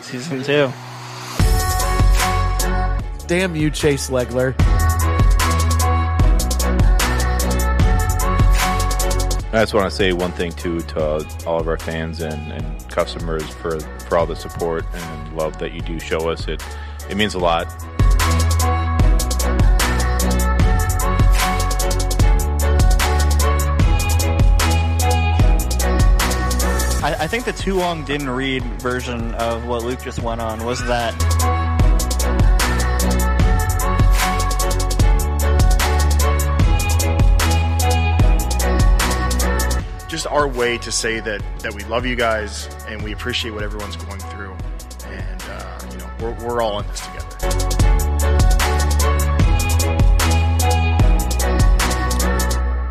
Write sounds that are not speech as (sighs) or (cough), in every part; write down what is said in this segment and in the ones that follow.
season two. Damn you, Chase Legler. I just want to say one thing too to all of our fans and, and customers for for all the support and love that you do show us. It it means a lot. I, I think the too long didn't read version of what Luke just went on was that just our way to say that that we love you guys and we appreciate what everyone's going through, and uh, you know we're, we're all in this together.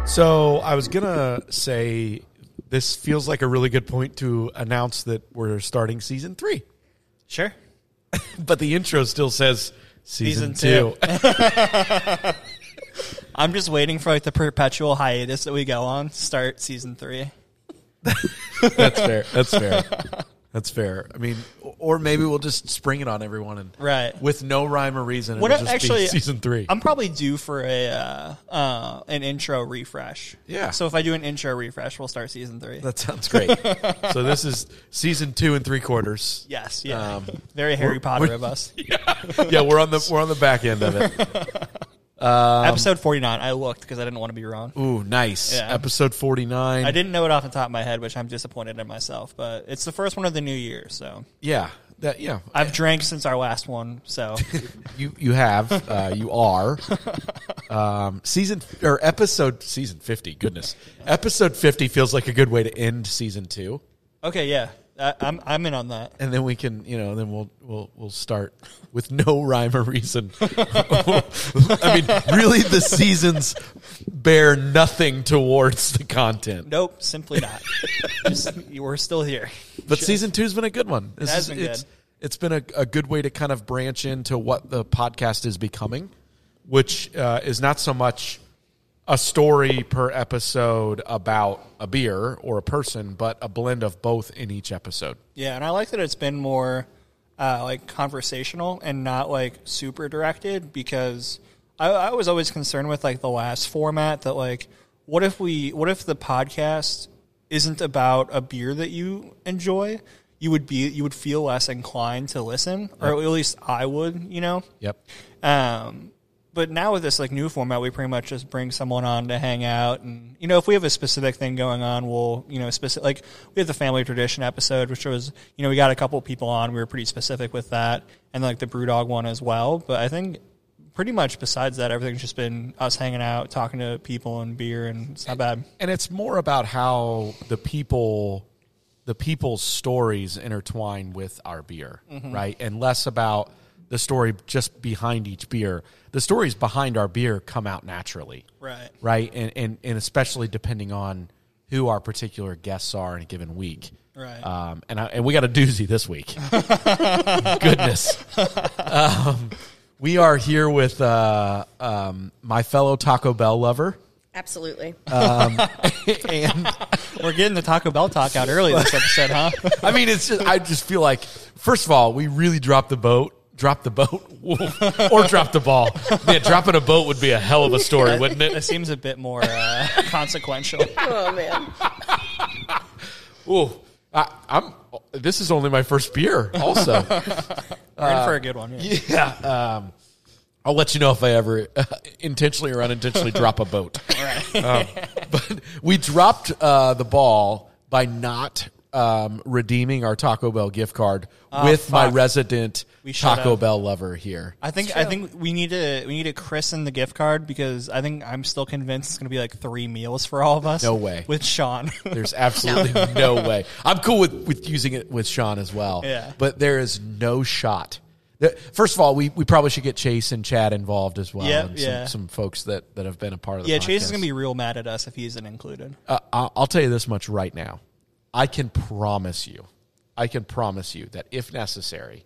So I was gonna say this feels like a really good point to announce that we're starting season three, sure but the intro still says season, Season two. (laughs) I'm just waiting for like the perpetual hiatus that we go on. Start season three. That's fair. That's fair. That's fair. I mean, or maybe we'll just spring it on everyone and Right. with no rhyme or reason. What it'll I- just actually be season three? I'm probably due for a uh, uh, an intro refresh. Yeah. So if I do an intro refresh, we'll start season three. that sounds great. so this is season two and three quarters. yes. Yeah. Um, (laughs) Very Harry Potter we're- of us. (laughs) Yeah, we're on the we're on the back end (laughs) of it. um, Episode 49. I looked because I didn't want to be wrong. Ooh, nice. Yeah. Episode forty nine. I didn't know it off the top of my head, which I'm disappointed in myself. But it's the first one of the new year, so Yeah. That yeah. I've drank since our last one. So You you have uh, you are um, season or episode season fifty. Goodness, episode fifty feels like a good way to end season two, okay, yeah, I, I'm I'm in on that. and then we can you know then we'll we'll we'll start with no rhyme or reason. (laughs) I mean, really, the seasons bear nothing towards the content. Nope, simply not. Just, you were still here. But season two's been a good one. This has is- been it's- good. It's been a, a good way to kind of branch into what the podcast is becoming, which uh, is not so much a story per episode about a beer or a person, but a blend of both in each episode. Yeah, and I like that it's been more uh, like conversational and not like super directed because I, I was always concerned with like the last format that like what if we what if the podcast isn't about a beer that you enjoy you would be you would feel less inclined to listen or at least I would you know Yep. um, but now with this like new format, we pretty much just bring someone on to hang out, and you know if we have a specific thing going on, we'll you know specific like we had the family tradition episode, which was you know we got a couple people on, we were pretty specific with that, and like the BrewDog one as well. But I think pretty much besides that, everything's just been us hanging out, talking to people, and beer, and it's not bad. And it's more about how the people the people's stories intertwine with our beer, Mm-hmm. right? And less about the story just behind each beer. The stories behind our beer come out naturally. Right. right and, and and especially depending on who our particular guests are in a given week Right. um, and, I, and we got a doozy (laughs) this week goodness um, we are here with uh, um, my fellow taco bell lover Absolutely. and We're getting the Taco Bell talk out early this episode, huh? i mean it's just i just feel like first of all we really dropped the boat Drop the boat or drop the ball. Man, dropping a boat would be a hell of a story, wouldn't it? That seems a bit more uh, consequential. (laughs) oh man. Ooh, I, I'm. This is only my first beer. (laughs) Also, We're in for a good one. yeah. Yeah. Um, I'll let you know if I ever uh, intentionally or unintentionally drop a boat. Um, but we dropped uh, the ball by not um, redeeming our Taco Bell gift card with my Ah, fuck. resident We should Taco have. Bell lover here. I think I think we need to we need to christen the gift card because I think I'm still convinced it's going to be like three meals for all of us. No way. with (laughs) Sean. (laughs) There's absolutely no way. I'm cool with, with using it with Sean as well. Yeah. But there is no shot. There- First of all, we, we probably should get Chase and Chad involved as well, Yep, and yeah. some, some folks that, that have been a part of the yeah, Chase is podcast. going to be real mad at us if he isn't included. Uh, I- I'll tell you this much right now. I can promise you, I can promise you that if necessary,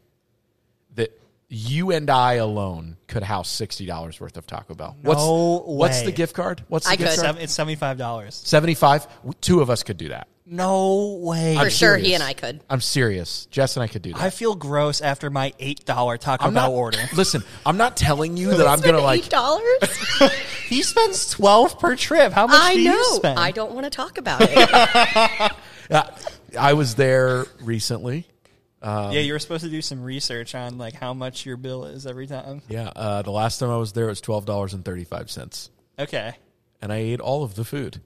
that you and I alone could house sixty dollars worth of Taco Bell. No what's what's way. the gift card? What's the I gift could. card? Seven- It's seventy five dollars. Seventy five. Two of us could do that. No way. For sure, serious. he and I could. I'm serious. Jess and I could do that. I feel gross after my eight dollar Taco I'm Bell not order. (laughs) (laughs) Listen, I'm not telling you that I'm gonna like. eight dollars. He spends twelve per trip. How much I do you know. spend? I don't want to talk about it. Uh, I was there recently. yeah, you were supposed to do some research on like how much your bill is every time. Yeah, uh, the last time I was there, it was twelve dollars and thirty five cents, Okay, and I ate all of the food.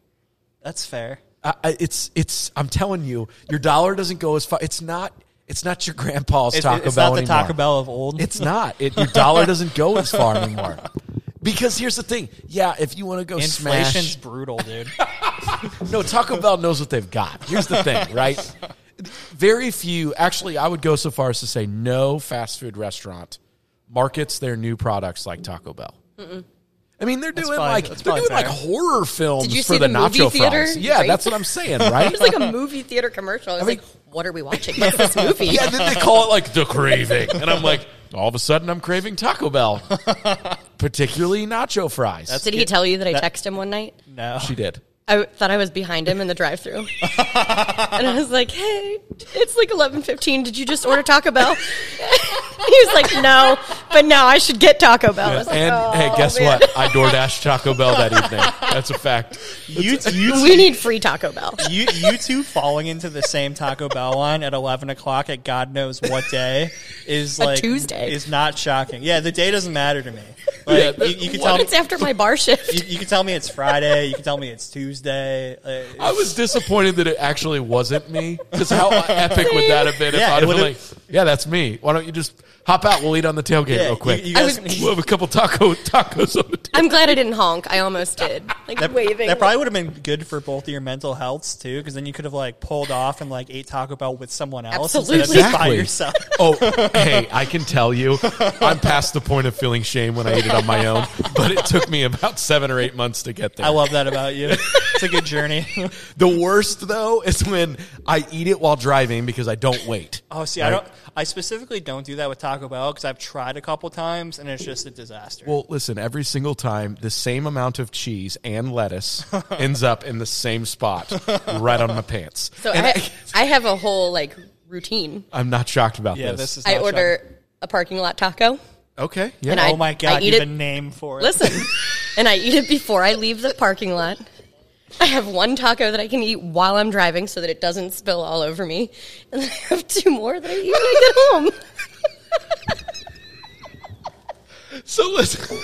that's fair. I, I, it's it's. I'm telling you, your dollar doesn't go as far. It's not. It's not your grandpa's It's, Taco it's Bell not the anymore. Taco Bell of old. It's not. It, (laughs) your dollar doesn't go as far anymore. Because here's the thing. Yeah, if you want to go Inflation's smash, brutal, dude. (laughs) no Taco Bell knows what they've got. Here's (laughs) the thing, right? Very few. Actually, I would go so far as to say no fast food restaurant markets their new products like Taco Bell. I mean, they're doing probably- like that's they're probably doing like fair. horror films Did you for see the, the movie nacho theater? fries. Yeah, Right? that's what I'm saying, right? It's (laughs) like a movie theater commercial. I was mean- like, what are we watching? What's this movie? yeah, and then they call it like the craving, and I'm like, all of a sudden, I'm craving (laughs) Taco Bell, particularly nacho fries. Did he tell you that I texted him one night? No, she did. I w- thought I was behind him in the drive-through, and I was like, "Hey, it's like eleven fifteen. Did you just order Taco Bell?" (laughs) he was like, "No, but no, I should get Taco Bell." I was like, And "Oh, hey, guess man. what? I DoorDash Taco Bell that evening. That's (laughs) a fact. you you We need free Taco Bell. you you two falling into the same Taco Bell line at eleven o'clock at God knows what day is A like Tuesday. is not shocking. Yeah, the day doesn't matter to me. Like Yeah, you, you can what tell me, It's after my bar shift. (laughs) you, you can tell me it's Friday. You can tell me it's Tuesday. uh, Like, I was disappointed that it actually wasn't (laughs) me. Because how epic would that have been Yeah, it if I'd been like, would've- yeah, that's me. Why don't you just hop out? We'll eat on the tailgate yeah, real quick. You, you I guys, was- (laughs) we'll have a couple taco tacos on the tailgate. I'm glad I didn't honk. I almost did, (laughs) like that, waving. that probably would have been good for both of your mental healths too, because then you could have like pulled off and like ate Taco Bell with someone else instead of just by Exactly. yourself. (laughs) Oh, hey, I can tell you, I'm past the point of feeling shame when I ate it on my own. But it took me about seven or eight months to get there. I love that about you. It's a good journey. (laughs) the worst though is when I eat it while driving because I don't wait. Oh, see, I don't. I specifically don't do that with Taco Bell because I've tried a couple times and it's just a disaster. Well, listen, every single time the same amount of cheese and (laughs) lettuce ends up in the same spot right on my pants. so And I, I have a whole like routine. I, am not shocked about yeah, this. this is. I not order shocking. a parking lot taco. okay. Yeah. And I- oh my god, eat you have it- a name for it. (laughs) Listen, and I eat it before I leave the parking lot. I have one taco that I can eat while I'm driving so that it doesn't spill all over me. And then I have two more that I eat when I get home. so listen,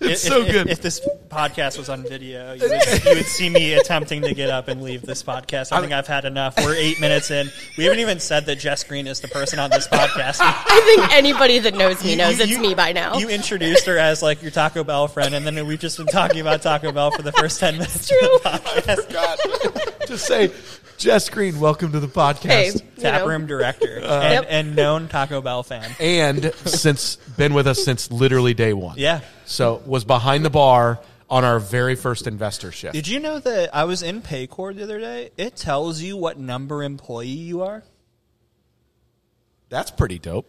it's so good. If, this podcast was on video, you (laughs) would, you would see me attempting to get up and leave this podcast. I think I've had enough. We're eight minutes in. We haven't even said that Jess Green is the person on this podcast. I think anybody that knows me knows You- it's you- me by now. You introduced her as like your Taco Bell friend, and then we've just been talking about Taco Bell for the first ten minutes of the podcast. God, (laughs) just say, Jess Green, welcome to the podcast. hey, you know, Taproom director Uh, and, Yep. and known Taco Bell fan. and since been with us since literally day one. Yeah. So was behind the bar on our very first investor shift. Did you know that I was in Paycor the other day? It tells you what number employee you are That's pretty dope.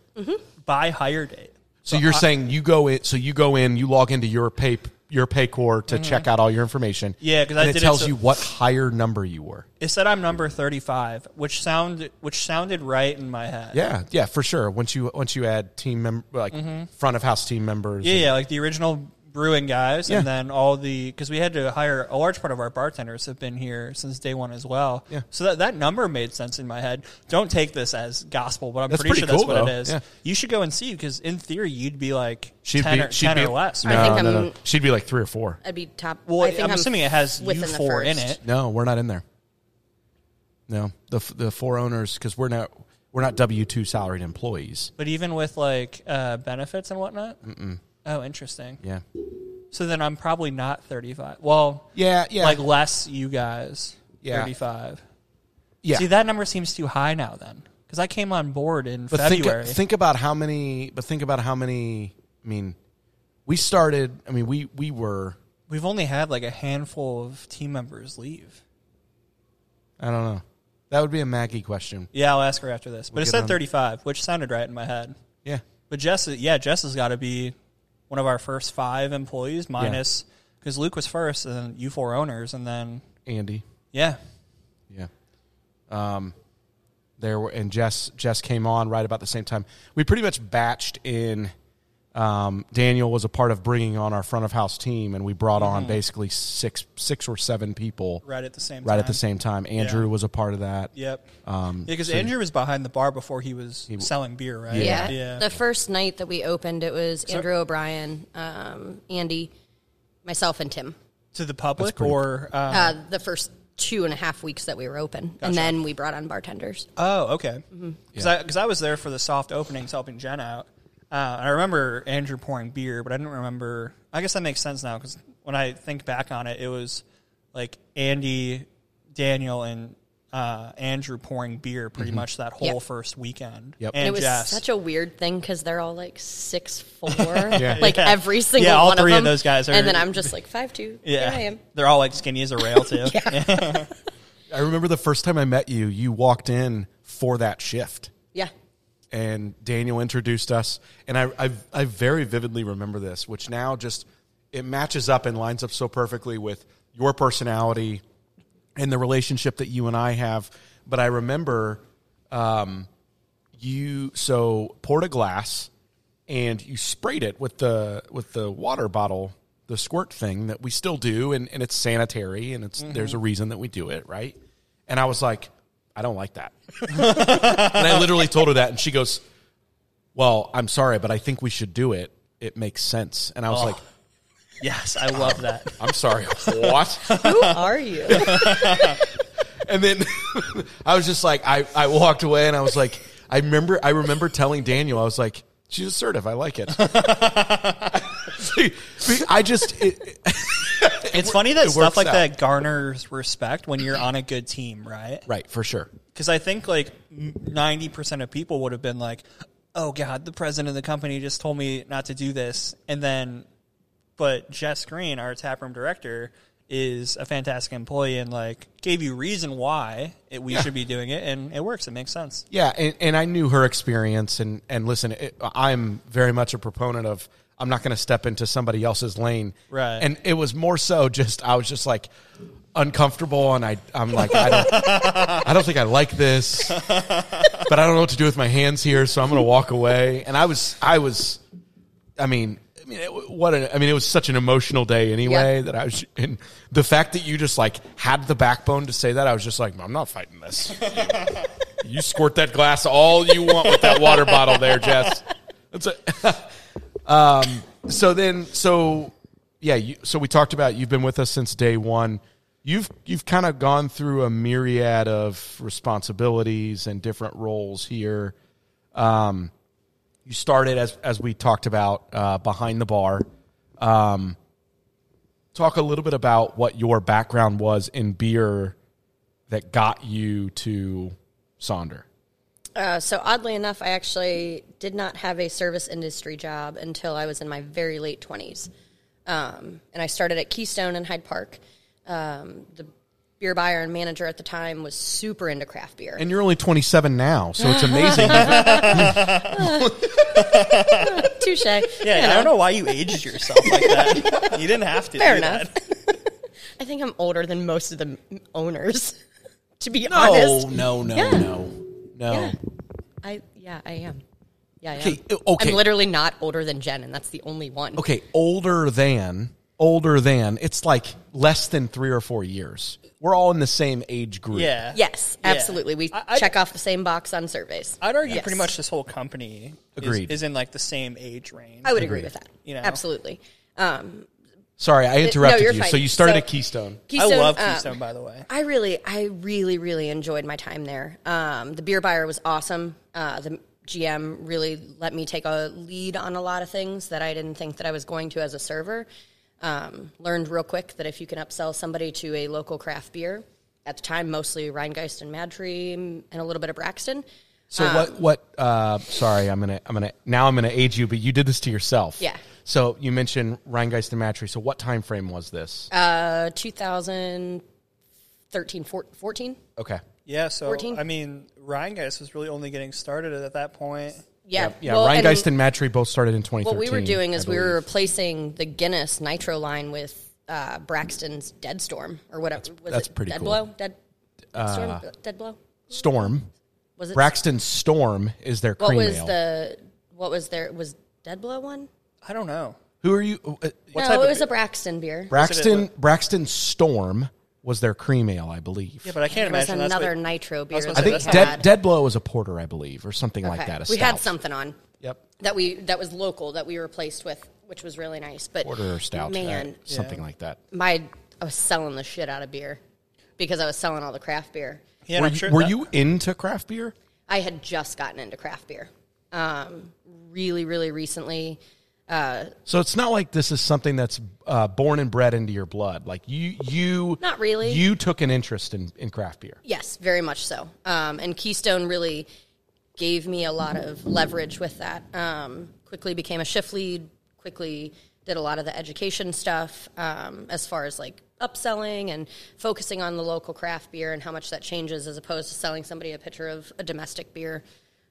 by hire date. So you're saying you go in, so you go in, you log into your pay your Paycor to check out all your information. Mm-hmm. Yeah, 'cause I and did it it tells so- you what higher number you were. It said I'm number 35, which sound which sounded right in my head. Yeah, yeah, for sure. Once you once you add team member like front of house team members. Mm-hmm. Yeah, and- yeah, like the original brewing guys, Yeah. and then all the because we had to hire a large part of our bartenders have been here since day one as well. Yeah. So that, that number made sense in my head. Don't take this as gospel, but I'm That's pretty, pretty sure cool, that's what though. it is. Yeah. You should go and see because in theory you'd be like She'd ten, be or, she'd 10 be or less. No, I think no, I'm- no. She'd be like 3 or 4. I'd be top. Well, I think I'm, assuming it has within you the four in first. it. No, we're not in there. No, the f- the four owners because we're not we're not W two salaried employees. But even with like uh, benefits and whatnot. Mm-mm. Oh, interesting. Yeah, So then I'm probably not 35. Well, yeah, yeah. like less you guys. Yeah. 35. yeah. See, that number seems too high now then. Because I came on board in but think February. think about how many. But think about how many. I mean, we started. I mean, we we were. We've only had like a handful of team members leave. I don't know. That would be a Maggie question. Yeah, I'll ask her after this. But it get said on- 35, which sounded right in my head. Yeah, But Jess, yeah, Jess has got to be one of our first five employees, minus because Luke was first, and then you four owners, and then Andy. yeah, Yeah. Um, there were, and Jess Jess came on right about the same time. We pretty much batched in. Um, Daniel was a part of bringing on our front of house team, and we brought on basically six six or seven people Mm-hmm. right at the same right time. at the same time. Andrew was a part of that. Yep. Um, because Andrew was behind the bar before he was selling beer, right? Yeah. Yeah. The first night that we opened, it was Andrew O'Brien, um, Andy, myself, and Tim. to the public pretty- or uh, Uh, the first two and a half weeks that we were open, and then we brought on bartenders. oh, okay. Mm-hmm. Because I, was there for the soft openings, helping Jen out. Uh, and I remember Andrew pouring beer, but I didn't remember. I guess that makes sense now because when I think back on it, it was like Andy, Daniel, and uh, Andrew pouring beer pretty much that whole Yeah. first weekend. Mm-hmm. Yep. And it was Jess. such a weird thing because they're all like six four, (laughs) like Yeah. every single Yeah, all one three of of them. those guys are- and then I'm just like five two. (laughs) yeah, Here I am. they're all like skinny as a rail (laughs) too. I remember the first time I met you. You walked in for that shift. Yeah, and Daniel introduced us, and I, I I very vividly remember this, which now just it matches up and lines up so perfectly with your personality and the relationship that you and I have. But I remember um, you so poured a glass and you sprayed it with the with the water bottle, the squirt thing that we still do, and, and it's sanitary and it's there's a reason that we do it, right? And I was like, I don't like that. And I literally told her that, and she goes, "Well, I'm sorry, but I think we should do it. It makes sense." And I Oh. was like, (laughs) yes, I love that. (laughs) "I'm sorry, what?" who are you? and then (laughs) I was just like, I, I walked away, and I was like, I remember, I remember telling Daniel, I was like, "She's assertive. (laughs) I like it." (laughs) I just, it, It's funny that it stuff works like out. that garners respect when you're on a good team, right? right for sure. Because I think like ninety percent of people would have been like, "Oh God, the president of the company just told me not to do this," and then, but Jess Green, our taproom director, is a fantastic employee and like gave you reason why it, we should be doing it, and it works. It makes (laughs) sense. Yeah, and, and I knew her experience, and and listen, it, I'm very much a proponent of I'm not going to step into somebody else's lane, Right. And it was more so just I was just like uncomfortable, and I I'm like I don't I don't think I like this, but I don't know what to do with my hands here, so I'm going to walk away. And I was I was, I mean. I mean, it, what an, I mean, it was such an emotional day anyway Yeah. that I was, and the fact that you just like had the backbone to say that, I was just like, I'm not fighting this. You squirt that glass all you want with that water bottle there, Jess. That's it. um, so then, so yeah, you, so we talked about you've been with us since day one. You've you've kind of gone through a myriad of responsibilities and different roles here. Um, you started as as we talked about uh, behind the bar. Um, talk a little bit about what your background was in beer that got you to Sonder. Uh, so oddly enough, I actually did not have a service industry job until I was in my very late twenties, um, and I started at Keystone in Hyde Park. Um, the beer buyer and manager at the time was super into craft beer. And you're only 27 now, so (laughs) it's amazing. Touche. Yeah, and I don't know why you aged yourself like that. You didn't have to. Fair do enough. That. I think I'm older than most of the m- owners. (laughs) To be no, honest, no, no, Yeah. no, no. Yeah. I yeah, I am. Yeah, I am. Okay, oh, uh, okay. I'm literally not older than Jen, and that's the only one. Okay, older than, older than. It's like less than three or four years. We're all in the same age group. Yeah. Yes, absolutely. We I- I- check off the same box on surveys. I'd argue Yes. pretty much this whole company is- Agreed. is, in like the same age range. I would agree with that. You know. Absolutely. Um, Sorry, I interrupted you're you. fine. So you started So- at Keystone. I Keystone, love um, Keystone, by the way. I really, I really, really enjoyed my time there. Um, the beer buyer was awesome. Uh, the GM really let me take a lead on a lot of things that I didn't think that I was going to as a server. Um, learned real quick that if you can upsell somebody to a local craft beer, at the time mostly Rheingeist and Mad Tree and a little bit of Braxton. So what? What? Uh, sorry, I'm gonna, I'm gonna. Now I'm gonna age you, but you did this to yourself. Yeah. So you mentioned Rheingeist and Matry. So what time frame was this? Uh, 2013, 14? okay. Yeah, so 14? I mean, Ryan Geist was really only getting started at that point. Yeah. Yeah, Well, Ryan and Geist and Matry both started in 2013. What we were doing is I we believe. were replacing the Guinness Nitro line with uh, Braxton's Dead Storm or whatever. was that's it pretty Dead cool. Blow? Dead Storm? Uh, Dead Blow? Storm. Was it Braxton Storm is their What cream was ale. the what was there was Dead Blow one? I don't know. Who are you? uh, no, it was a Braxton beer. Braxton Braxton Storm was their cream ale, I believe. Yeah, but I can't There was imagine that's another what, nitro beer. gonna say, that I we think that's Dead, had. Dead Blow was a porter, I believe, or something like Okay. that. A we had stout. something on Yep. that we that was local that we replaced with, which was really nice. But Porter or stout. man, uh, something like that. my I was selling the shit out of beer because I was selling all the craft beer. yeah, and were I'm you, sure were that- you into craft beer? I had just gotten into craft beer, um, really, really recently. So it's not like this is something that's uh, born and bred into your blood. Like you, you Not really. You took an interest in, in craft beer. Yes, very much so. Um, and Keystone really gave me a lot of leverage with that. Um, quickly became a shift lead, quickly did a lot of the education stuff um, as far as like upselling and focusing on the local craft beer and how much that changes as opposed to selling somebody a pitcher of a domestic beer.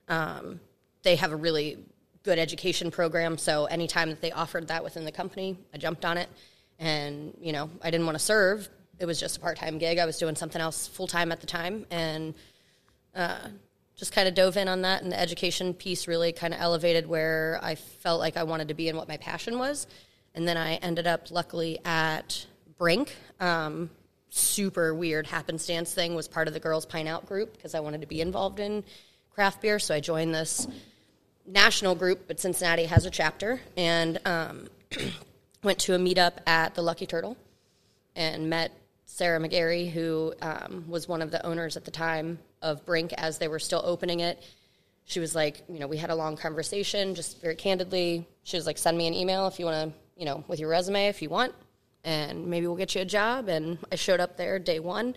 Um, they have a really good education program, so anytime that they offered that within the company, I jumped on it. And you know, I didn't want to serve; it was just a part-time gig. I was doing something else full-time at the time, and uh, just kind of dove in on that and the education piece really kind of elevated where I felt like I wanted to be and what my passion was. And then I ended up luckily at Brink. Um, super weird happenstance thing was part of the girls pine out group because I wanted to be involved in craft beer. So I joined this national group, but Cincinnati has a chapter and um, (clears throat) went to a meetup at the Lucky Turtle and met Sarah McGarry, who um, was one of the owners at the time of Brink as they were still opening it. She was like, you know, we had a long conversation, just very candidly. She was like, send me an email if you want to, you know, with your resume if you want, and maybe we'll get you a job. And I showed up there day one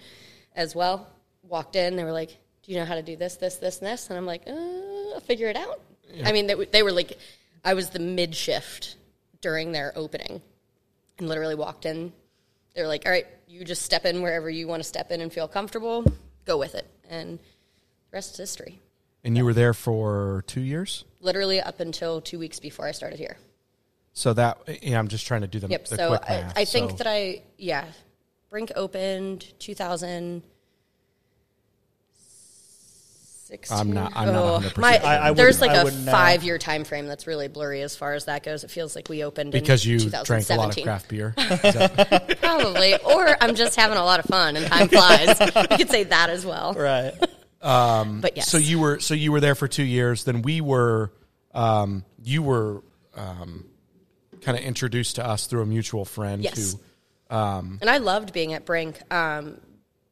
as well, walked in, they were like, do you know how to do this, this, this, and this? And I'm like, uh, I'll figure it out. I mean, they, w- they were like, I was the mid shift during their opening and literally walked in. They were like, all right, you just step in wherever you want to step in and feel comfortable, go with it. And the rest is history. And you were there for two years. Literally up until two weeks before I started here. So that yeah, I'm just trying to do the, Yep. the So quick I, math. I think So that I, yeah, Brink opened 2016. I'm not- I'm not 100% oh, My, sure. I- I there's wouldn't- like I a wouldn't uh, know. five year time frame that's really blurry as far as that goes. It feels like we opened because in you 2017. drank a lot of craft (laughs) beer. Is that- Probably. Or I'm just having a lot of fun and time flies. (laughs) We could say that as well. right? (laughs) But yes. So you were so you were there for two years. Then we were um, you were um, kind of introduced to us through a mutual friend Yes. who and I loved being at Brink. Um,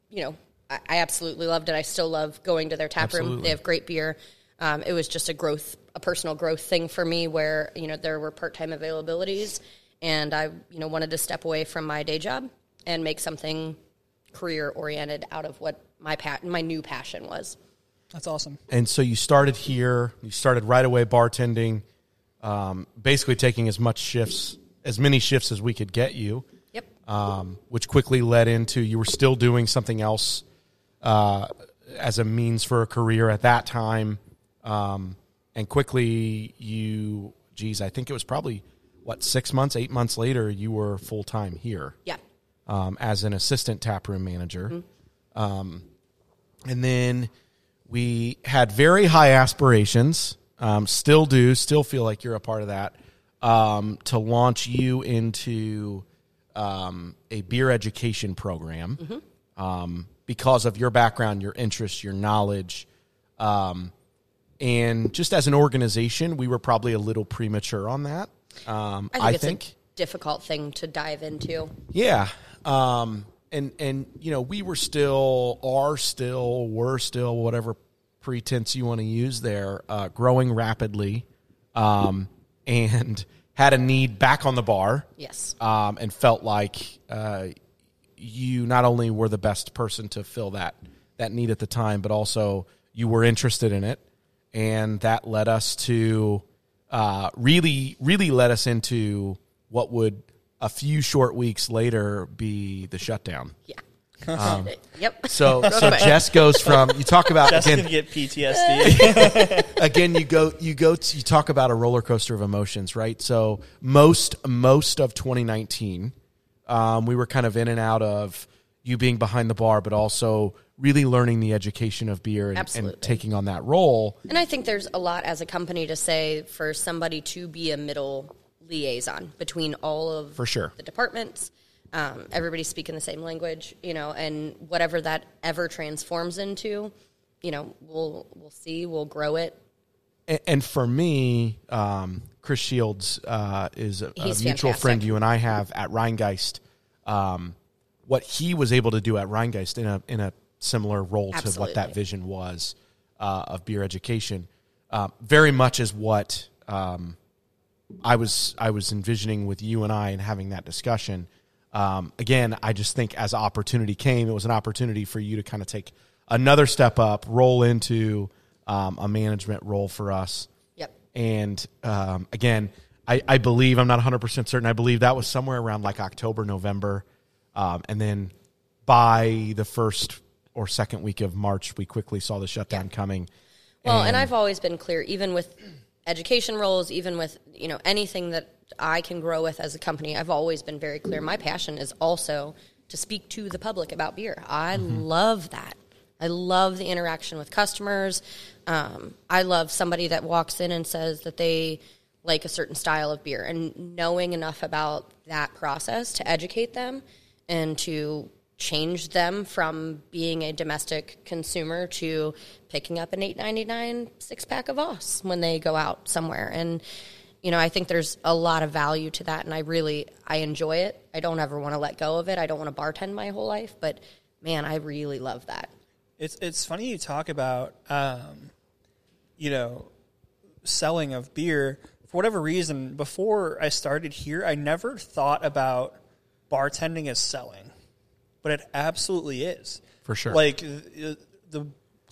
you know, I, I absolutely loved it. I still love going to their tap room. They have great beer. Um, it was just a growth, a personal growth thing for me, where you know there were part time availabilities, and I you know wanted to step away from my day job and make something career oriented out of what my pat my new passion was. That's awesome. and so you started here. You started right away bartending, um, basically taking as much shifts, as many shifts as we could get you, Yep. um, which quickly led into you were still doing something else uh, as a means for a career at that time, um, and quickly you, geez, I think it was probably what six months, eight months later, you were full time here Yeah. um, as an assistant taproom manager. Um, and then we had very high aspirations, um, still do, still feel like you're a part of that, um, to launch you into um, a beer education program um, because of your background, your interests, your knowledge. Um, and just as an organization, we were probably a little premature on that. Um, I think. it's a difficult thing to dive into. Yeah. Um, and and you know, we were still, are still, were still, whatever pretense you want to use there, uh, growing rapidly, um, and had a need back on the bar. Yes. Um, and felt like uh, you not only were the best person to fill that that need at the time, but also you were interested in it, and that led us to uh, really, really led us into what would a few short weeks later be the shutdown. Yeah. Um, (laughs) yep. So, so quick. Jess goes from you talk about That's again, gonna get (laughs) PTSD. again you go you go to, you talk about a roller coaster of emotions right so most most of 2019 um, we were kind of in and out of you being behind the bar but also really learning the education of beer and, Absolutely. and taking on that role And I think there's a lot as a company to say for somebody to be a middle liaison between all of For sure. the departments. Um, everybody speaking the same language, you know, and whatever that ever transforms into, you know, we'll we'll see, we'll grow it. and, and for me um, chris shields uh, is a, a He's mutual fantastic. friend you and i have at rheingeist um, what he was able to do at rheingeist in a, in a similar role to what that Absolutely. vision was uh, of beer education uh, very much is what um, I was I was envisioning with you and I and having that discussion. Um, again, I just think as opportunity came, it was an opportunity for you to kind of take another step up, roll into um, a management role for us. Yep. And um, again, I, I believe I'm not 100 percent certain. I believe that was somewhere around like October, November, um, and then by the first or second week of March, we quickly saw the shutdown coming. Well, and I've always been clear, even with education roles, even with you know anything that I can grow with as a company, I've always been very clear. My passion is also to speak to the public about beer. I love that. I love the interaction with customers. Um, I love somebody that walks in and says that they like a certain style of beer, and knowing enough about that process to educate them and to change them from being a domestic consumer to picking up an eight ninety nine six pack of Voss when they go out somewhere. And you know, I think there's a lot of value to that, and I really I enjoy it. I don't ever want to let go of it. I don't want to bartend my whole life, but man, I really love that. it's it's funny you talk about um, you know selling of beer for whatever reason. Before I started here, I never thought about bartending as selling, but it absolutely is For sure. Like th- the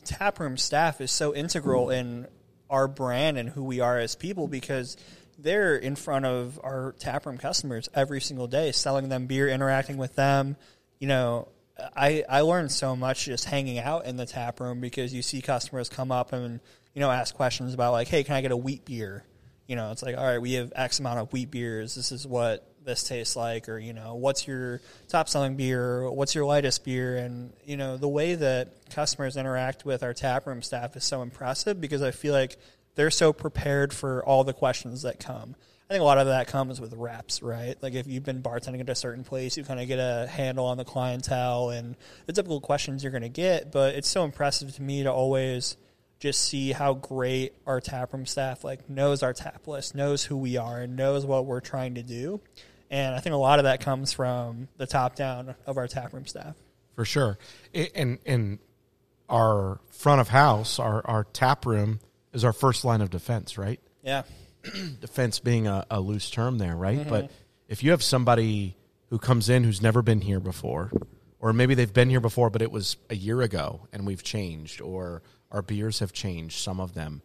taproom staff is so integral in our brand and who we are as people because. They're in front of our taproom customers every single day, selling them beer, interacting with them, you know, I I learned so much just hanging out in the tap room because you see customers come up and you know ask questions about like, hey, can I get a wheat beer? You know, it's like, all right, we have X amount of wheat beers. This is what this tastes like, or you know, what's your top selling beer? What's your lightest beer? And you know, the way that customers interact with our tap room staff is so impressive because I feel like they're so prepared for all the questions that come. I think a lot of that comes with reps, right? Like if you've been bartending at a certain place, you kind of get a handle on the clientele and the typical questions you're going to get. But it's so impressive to me to always just see how great our taproom staff like knows our tap list, knows who we are, and knows what we're trying to do. And I think a lot of that comes from the top down of our taproom staff. for sure. I- And and our front of house, our our tap room is our first line of defense, right? Yeah, Defense being a, a loose term there, right? But if you have somebody who comes in who's never been here before, or maybe they've been here before, but it was a year ago and we've changed, or our beers have changed, some of them,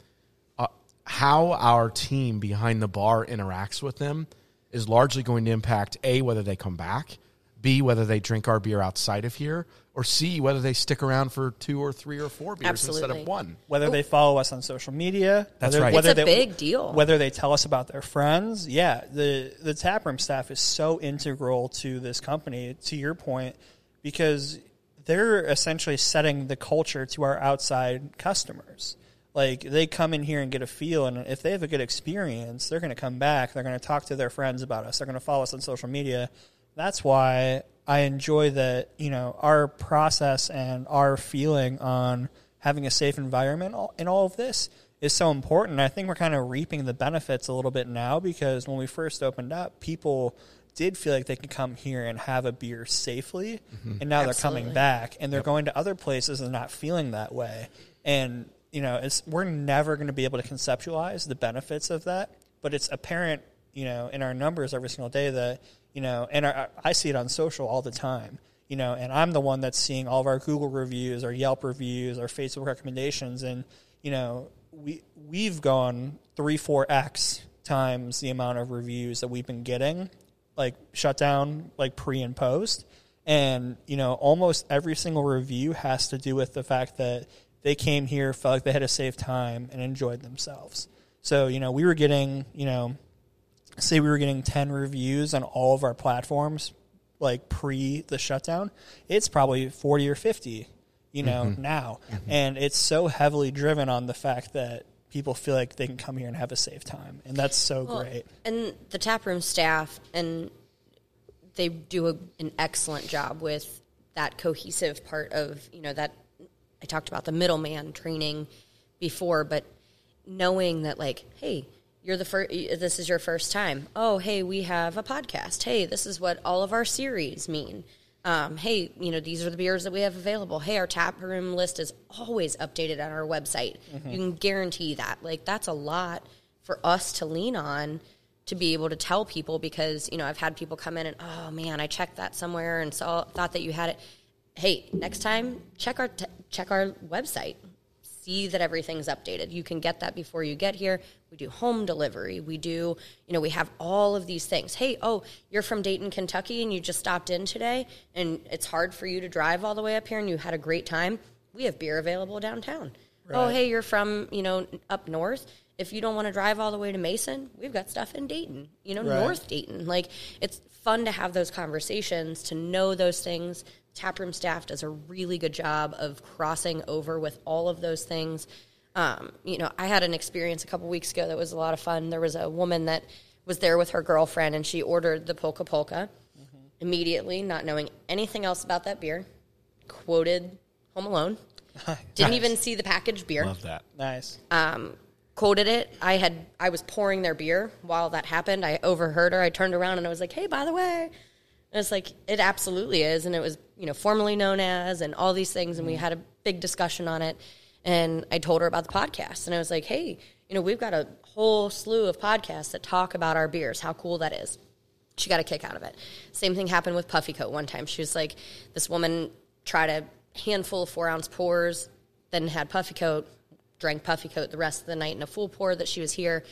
uh, how our team behind the bar interacts with them is largely going to impact A, whether they come back, B, whether they drink our beer outside of here, or C, whether they stick around for two or three or four beers instead Absolutely. of one. whether they follow us on social media. That's whether, right. Whether It's a they, big deal. Whether they tell us about their friends, yeah. The the taproom staff is so integral to this company. To your point, because they're essentially setting the culture to our outside customers. Like they come in here and get a feel, and if they have a good experience, they're going to come back. They're going to talk to their friends about us. They're going to follow us on social media. That's why I enjoy that you know our process and our feeling on having a safe environment all- in all of this is so important. I think we're kind of reaping the benefits a little bit now because when we first opened up, people did feel like they could come here and have a beer safely, and now they're coming back and they're going to other places and not feeling that way. And you know, it's we're never going to be able to conceptualize the benefits of that, but it's apparent, you know, in our numbers every single day that you know, and our, I see it on social all the time you know, and I'm the one that's seeing all of our Google reviews, our Yelp reviews, our Facebook recommendations, and you know, we we've gone three, four x times the amount of reviews that we've been getting, like shutdown, like pre and post, And, you know, almost every single review has to do with the fact that they came here, felt like they had a safe time, and enjoyed themselves. So, you know, we were getting, you know, say we were getting 10 reviews on all of our platforms like pre the shutdown it's probably 40 or 50 you know Mm-hmm. now and it's so heavily driven on the fact that people feel like they can come here and have a safe time and that's so Well, great And the taproom staff, and they do a, an excellent job with that cohesive part of, you know, that I talked about the middleman training before, but knowing that, like, hey, you're the first, this is your first time. Oh, hey, we have a podcast. Hey, this is what all of our series mean. Um, hey, you know, these are the beers that we have available. Hey, our tap room list is always updated on our website. You can guarantee that. Like, that's a lot for us to lean on to be able to tell people because you know I've had people come in and oh man I checked that somewhere and saw thought that you had it. Hey, next time check our t- check our website. See that everything's updated. You can get that before you get here. We do home delivery. We do, you know, we have all of these things. Hey, oh, you're from Dayton, Kentucky, and you just stopped in today, and it's hard for you to drive all the way up here, and you had a great time. We have beer available downtown. Oh, hey, you're from, you know, up north. If you don't want to drive all the way to Mason, we've got stuff in Dayton, you know, North Dayton. Like, it's fun to have those conversations, to know those things. Taproom staff does a really good job of crossing over with all of those things. Um, you know, I had an experience a couple weeks ago that was a lot of fun. There was a woman that was there with her girlfriend, and she ordered the Polka Polka immediately, not knowing anything else about that beer. Quoted Home Alone. Didn't even see the packaged beer. that. nice Quoted it. I had I was pouring their beer while that happened. I overheard her. I turned around and I was like, "Hey, by the way." And it's like it absolutely is, and it was you know formerly known as, and all these things, and we had a big discussion on it. And I told her about the podcast, and I was like, "Hey, you know, we've got a whole slew of podcasts that talk about our beers. How cool that is!" she got a kick out of it. Same thing happened with Puffy Coat one time. She was like, this woman tried a handful of four ounce pours, then had Puffy Coat, drank Puffy Coat the rest of the night in a full pour that she was here.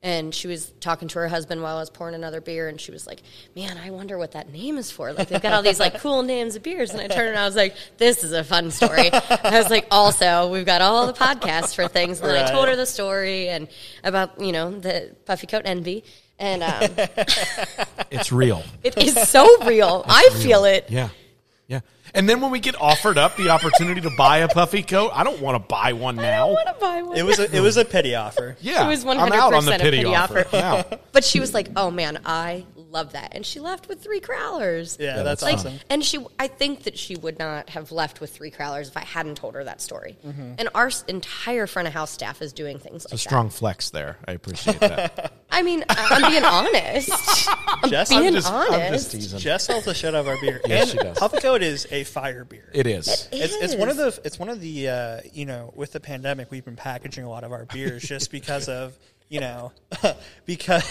And she was talking to her husband while I was pouring another beer, and she was like, "Man, I wonder what that name is for. Like, they've got all these like cool names of beers." And I turned and I was like, "This is a fun story." I was like, "Also, we've got all the podcasts for things." And then I told her the story and about you know the puffy coat envy, and um, It's real. it is so real. (laughs) I feel it. Yeah. Yeah. And then when we get offered up the opportunity to buy a puffy coat, I don't want to buy one I now. don't want to buy one. it was a, it was a pity (laughs) offer yeah. It was I'm out on the 100% a pity, pity offer. offer. Yeah. (laughs) but she was like, "Oh man, I love that," and she left with three crowlers. yeah, that's, like, awesome and she, I think that she would not have left with three crowlers if I hadn't told her that story. Mm-hmm. And our s- entire front of house staff is doing things like A strong flex there. I appreciate that. that. I mean, I- (laughs) I'm being honest. I'm Jess, I'm being just- honest. I'm just teasing. Jess sells the shit out of our beer (laughs) Yes, she and does. puffy coat is a fire beer It (laughs) is. It's, it's Yes. one of the it's one of the uh, you know with the pandemic we've been packaging a lot of our beers just because of you know (laughs) because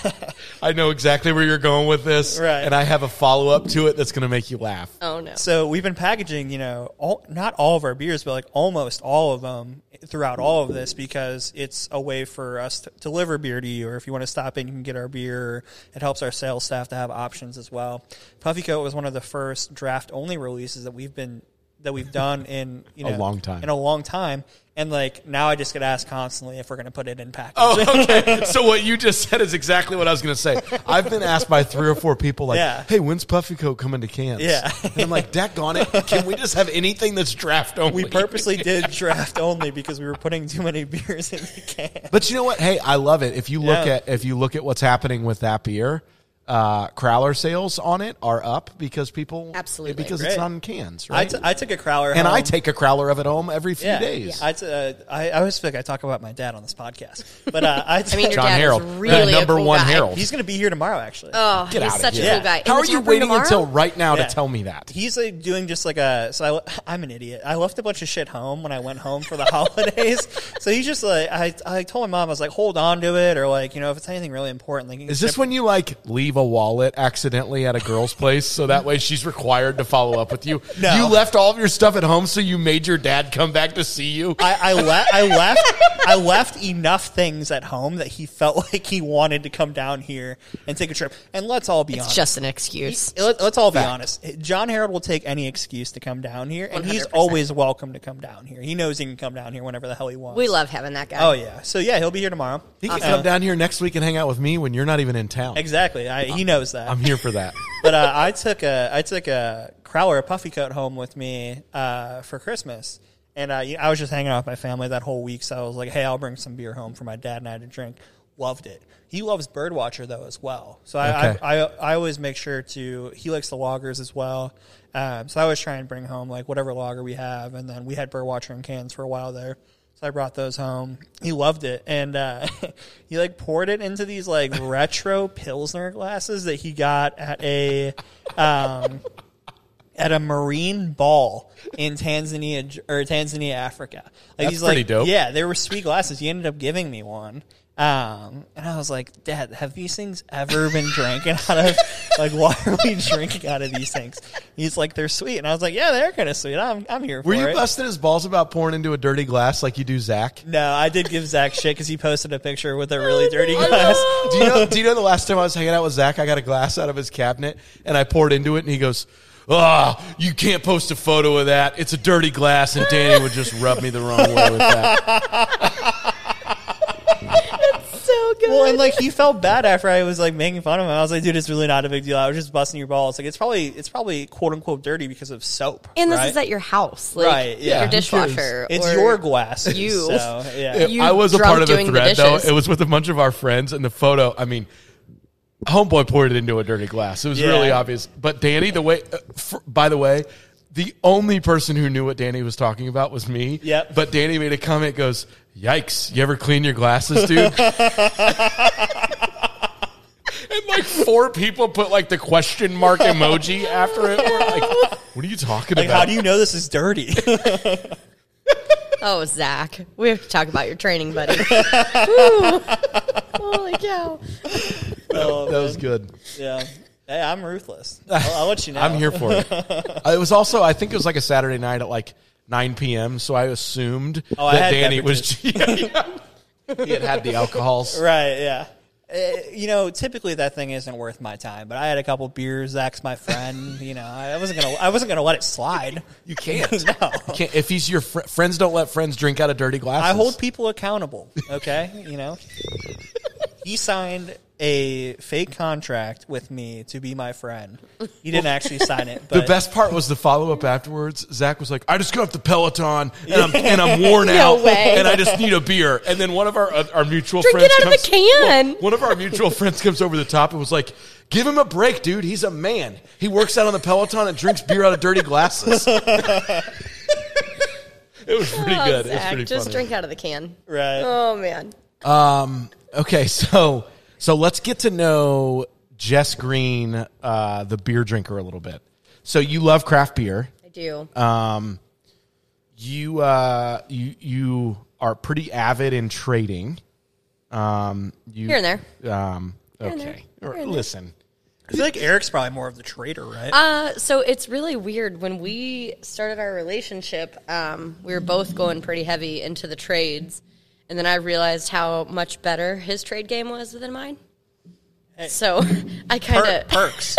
I know exactly where you're going with this. Right. And I have a follow up to it that's going to make you laugh. Oh no. so we've been packaging you know all, not all of our beers but like almost all of them throughout all of this because it's a way for us to deliver beer to you or if you want to stop in you can get our beer it helps our sales staff to have options as well puffy coat was one of the first draft only releases that we've been that we've (laughs) done in you A know long time. in a long time and like now i just get asked constantly if we're going to put it in package Oh. okay. So what you just said is exactly what I was going to say. I've been asked by three or four people, like, Yeah. "Hey, when's Puffy Coat coming to Kansas?" Yeah. and I'm like, "Deck on it. Can we just have anything that's draft only?" We (laughs) purposely did draft only because we were putting too many (laughs) beers in the can. but you know what? Hey, I love it. If you look Yeah. at if you look at what's happening with that beer, uh, crowler sales on it are up because people Absolutely. because Great. it's on cans, I, right? t- I took a crowler and I home. take a crowler of it home every few yeah. days. I, t- uh, I, I always feel like I talk about my dad on this podcast, but (laughs) uh, I t- I mean, your John dad Harold, is really the a number cool one guy. Harold. he's going to be here tomorrow. Actually, Oh, Get he's out of such here. a cool guy. In How the are you tap room waiting tomorrow? until right now Yeah. to tell me that? he's like doing just like a. So I, am an idiot. I left a bunch of shit home when I went home for the (laughs) holidays. so he's just like I, I told my mom I was like hold on to it or like you know if it's anything really important like you can Is this zip- when you like leave leave a wallet accidentally at a girl's place, so that way she's required to follow up with you. (laughs) You left all of your stuff at home, so you made your dad come back to see you. I, I, le- I left I left enough things at home that he felt (laughs) like he wanted to come down here and take a trip. And let's all be It's honest. just an excuse. Let- Let's all be honest. John Harold will take any excuse to come down here, and he's 100%. always welcome to come down here. He knows he can come down here whenever the hell he wants. We love having that guy. Oh yeah. So yeah, he'll be here tomorrow. Um, He can uh-uh. come down here next week and hang out with me when you're not even in town. Exactly. I, he knows that. I'm here for that. but uh, I took a I took a Crowler a puffy coat home with me uh, for Christmas, and uh, you- I was just hanging out with my family that whole week. So I was like, "Hey, I'll bring some beer home for my dad and I to drink." Loved it. He loves Birdwatcher though as well, so I, Okay. I, I I always make sure to he likes the loggers as well. Um, so I always try and bring home like whatever logger we have, and then we had Birdwatcher in cans for a while there. So I brought those home. He loved it, and uh, (laughs) he like poured it into these like retro (laughs) pilsner glasses that he got at a um, at a marine ball in Tanzania J- or Tanzania, Africa. Like That's pretty like, dope. Yeah, they were sweet glasses. He ended up giving me one. Um, and I was like, Dad, have these things ever been drinking out of? (laughs) Like, why are we drinking out of these things? He's like, they're sweet, and I was like, Yeah, they're kind of sweet. I'm, I'm here. Were for you it. busting his balls about pouring into a dirty glass like you do Zach? No, I did give Zach shit because he posted a picture with a really dirty glass. Do you know? Do you know the last time I was hanging out with Zach, I got a glass out of his cabinet and I poured into it, and he goes. Ah, you can't post a photo of that. It's a dirty glass, and Danny would just rub me the wrong way with that. so good. Well, and like he felt bad after I was like making fun of him. I was like, dude, it's really not a big deal. I was just busting your balls. Like it's probably it's probably quote unquote dirty because of soap. and this right? is at your house, like Right, yeah. your Who cares? dishwasher. it's or- your glass. you. So, yeah. You I was a part of drunk a doing the thread though. dishes. It was with a bunch of our friends, and the photo. I mean, homeboy poured it into a dirty glass. It was Yeah. really obvious. But Danny, the way, uh, f by the way, the only person who knew what Danny was talking about was me. Yep. But Danny made a comment. Goes, yikes! You ever clean your (laughs) glasses, dude? And like four people put like the question mark emoji after it. We're like, what are you talking Like, about? how do you know this is (laughs) dirty? Oh, Zach, we have to talk about your (laughs) training, buddy. Woo. Holy cow! that was good. yeah. Hey, I'm ruthless. I'll, I'll let you know. I'm here for it. (laughs) it was also, I think it was like a Saturday night at like 9 p.m. So I assumed Oh, I that had Danny (laughs) was. Yeah, yeah. He had had the alcohols. Right, yeah. Uh, you know, typically that thing isn't worth my time, but I had a couple beers. Zach's my friend. You know, I wasn't gonna. I wasn't gonna let it slide. (laughs) You can't. no, You can't- if he's your fr- friends, don't let friends drink out of dirty glasses. I hold people accountable. Okay, (laughs) you know. He signed a fake contract with me to be my friend. He didn't actually sign it, but (laughs) The best part was the follow up afterwards. Zach was like, "I just got off the Peloton and I'm and I'm worn (laughs) No out way. and I just need a beer." And then one of our uh, our mutual Drink friends it out of comes, the can. Well, one of our mutual friends comes over the top and was like, "Give him a break, dude. He's a man. He works out on the Peloton and drinks beer out of dirty glasses." (laughs) it was pretty Oh, good. It was Zach, pretty just funny. drink out of the can. right. Oh man, Okay, so so let's get to know Jess Green, uh, the beer drinker, a little bit. So you love craft beer. I do. Um, you uh, you you are pretty avid in trading. Um, you, Here and there. Um, and there. okay. Or- Listen, I feel like Eric's probably more of the traitor, right? Uh, so it's really weird. When we started our relationship, um, we were both going pretty heavy into the trades, and then I realized how much better his trade game was than mine. So (laughs) I kind Per- of perks.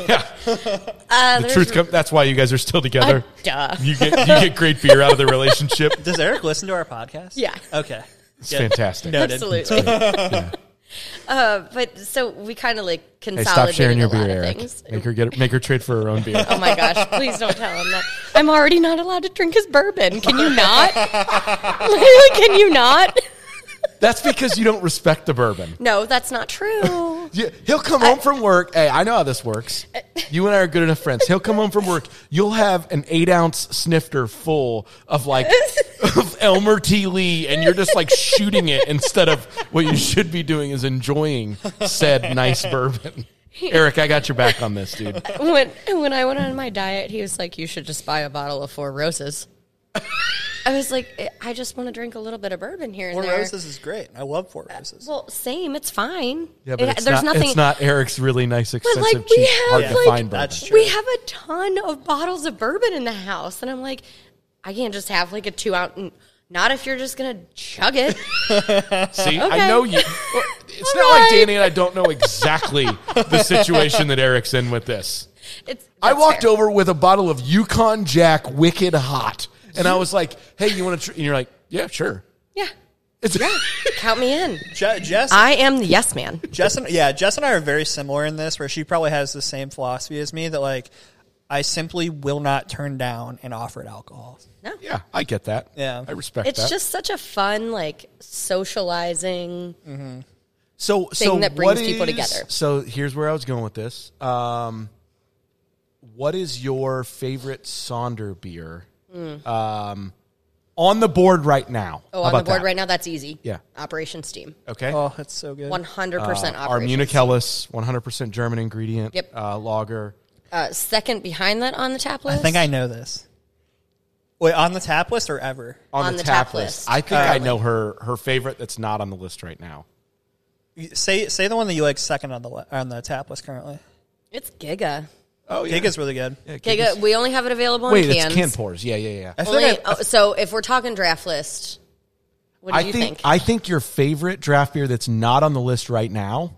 uh, the there's- truth. Com- that's why you guys are still together. duh. You get you get great beer out of the (laughs) relationship. Does Eric listen to our podcast? Yeah. Okay. It's fantastic. Noted. Absolutely. (laughs) uh, but so we kind of like Hey, stop consolidated sharing your a lot beer, of Eric. things. Make her get make her trade for her own beer. (laughs) Oh my gosh! Please don't tell him that. I'm already not allowed to drink his bourbon. Can you (laughs) not? Can you not? That's because you don't respect the bourbon. No, that's not true. You- He'll come home from work. Hey, I know how this works. You and I are good enough friends. He'll come home from work. You'll have an eight ounce snifter full of like (laughs) of Elmer T. Lee, and you're just like shooting it instead of what you should be doing is enjoying said nice (laughs) bourbon. Eric, I got your back on this, dude. when when I went on my diet, he was like, "You should just buy a bottle of Four Roses." I was like, I just want to drink a little bit of bourbon here and Four there. Roses is great. I love Four Roses. Uh, Well, same. It's fine. Yeah, but It- it's, there's not, nothing. it's not Eric's really nice, expensive, like, we cheap, have, hard to like- find bourbon. That's true. we have a ton of bottles of bourbon in the house, and I'm like, I can't just have like a two ounce. Not if you're just gonna chug (laughs) it. See, I Okay. know (laughs) you. It's not like Danny and I don't know exactly the situation that Eric's in with this. It's, I that's walked fair. over with a bottle of Yukon Jack Wicked Hot, and I was like, "Hey, you want to?" Tr-? And you're like, "Yeah, sure." Yeah, It's count me in. Je- Jess, (laughs) I am the yes man. Jess and yeah, Jess and I are very similar in this, where she probably has the same philosophy as me that like I simply will not turn down an offered alcohol. No, (laughs) yeah, I get that. Yeah. I respect it's that. just such a fun like socializing. so so that brings what people is- together. So here's where I was going with this. Um, what is your favorite Sonder beer? Um, on the board right now. Mm. Oh, How on the about board that? right now, that's easy. Yeah. Operation Steam, Okay. Oh, that's so good. one hundred percent Our operation. Munich Helles, 100% German ingredient. Yep. Uh, lager. Uh, second behind that on the tap I list. think I know this. Wait, on the tap list or ever? on, the, tap, list. I think I Currently. know her her favorite that's not on the list right now. Say say the one that you like second on the le- on the tap list currently. It's Giga. Oh Giga's is really good. Giga. We only have it available in Wait, cans. it's can pours. Yeah, yeah, yeah. I feel Only, like I- oh, so if we're talking draft list, what do I you think, think? I think your favorite draft beer that's not on the list right now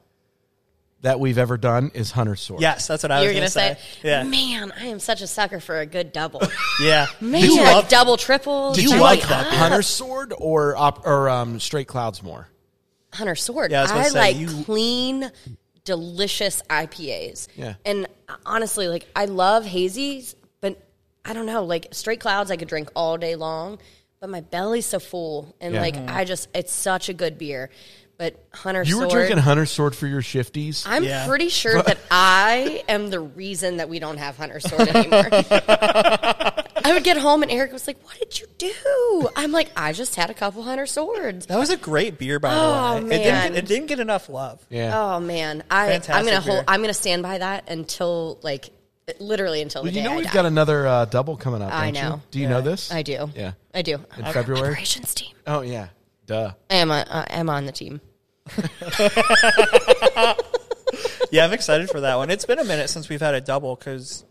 that we've ever done is Hunter's Sword. yes, that's what I you were was gonna say, Yeah, man, I am such a sucker for a (laughs) good double. yeah. man, Did you like love- double, triple. Did you like like that? Hunter's Sword or op, or um, Straight Clouds more. Hunter Sword? Yeah, I was I, gonna say, like you- clean, delicious IPAs. Yeah. and honestly, like I love hazies, but I don't know, like straight clouds, I could drink all day long, but my belly's so full, and Yeah. like Mm-hmm. I just, it's such a good beer. But Hunter, You were Sword, drinking Hunter's Sword for your shifties. I'm Yeah. pretty sure that I am the reason that we don't have (laughs) Hunter Sword anymore. I would get home and Eric was like, "What did you do?" I'm like, "I just had a couple Hunter Swords." That was a great beer, by Oh, the way. It didn't man. get, it didn't get enough love. yeah. Oh man, I I'm Fantastic gonna hold. beer. I'm gonna stand by that until like literally until well, the you day know I we've die. got another uh, double coming up. I don't know. You? Do you know this? I do. Yeah. I do. In February. Operations team. Oh yeah. Duh. I am. on- I am on the team. Yeah, I'm excited for that one. It's been a minute since we've had a double because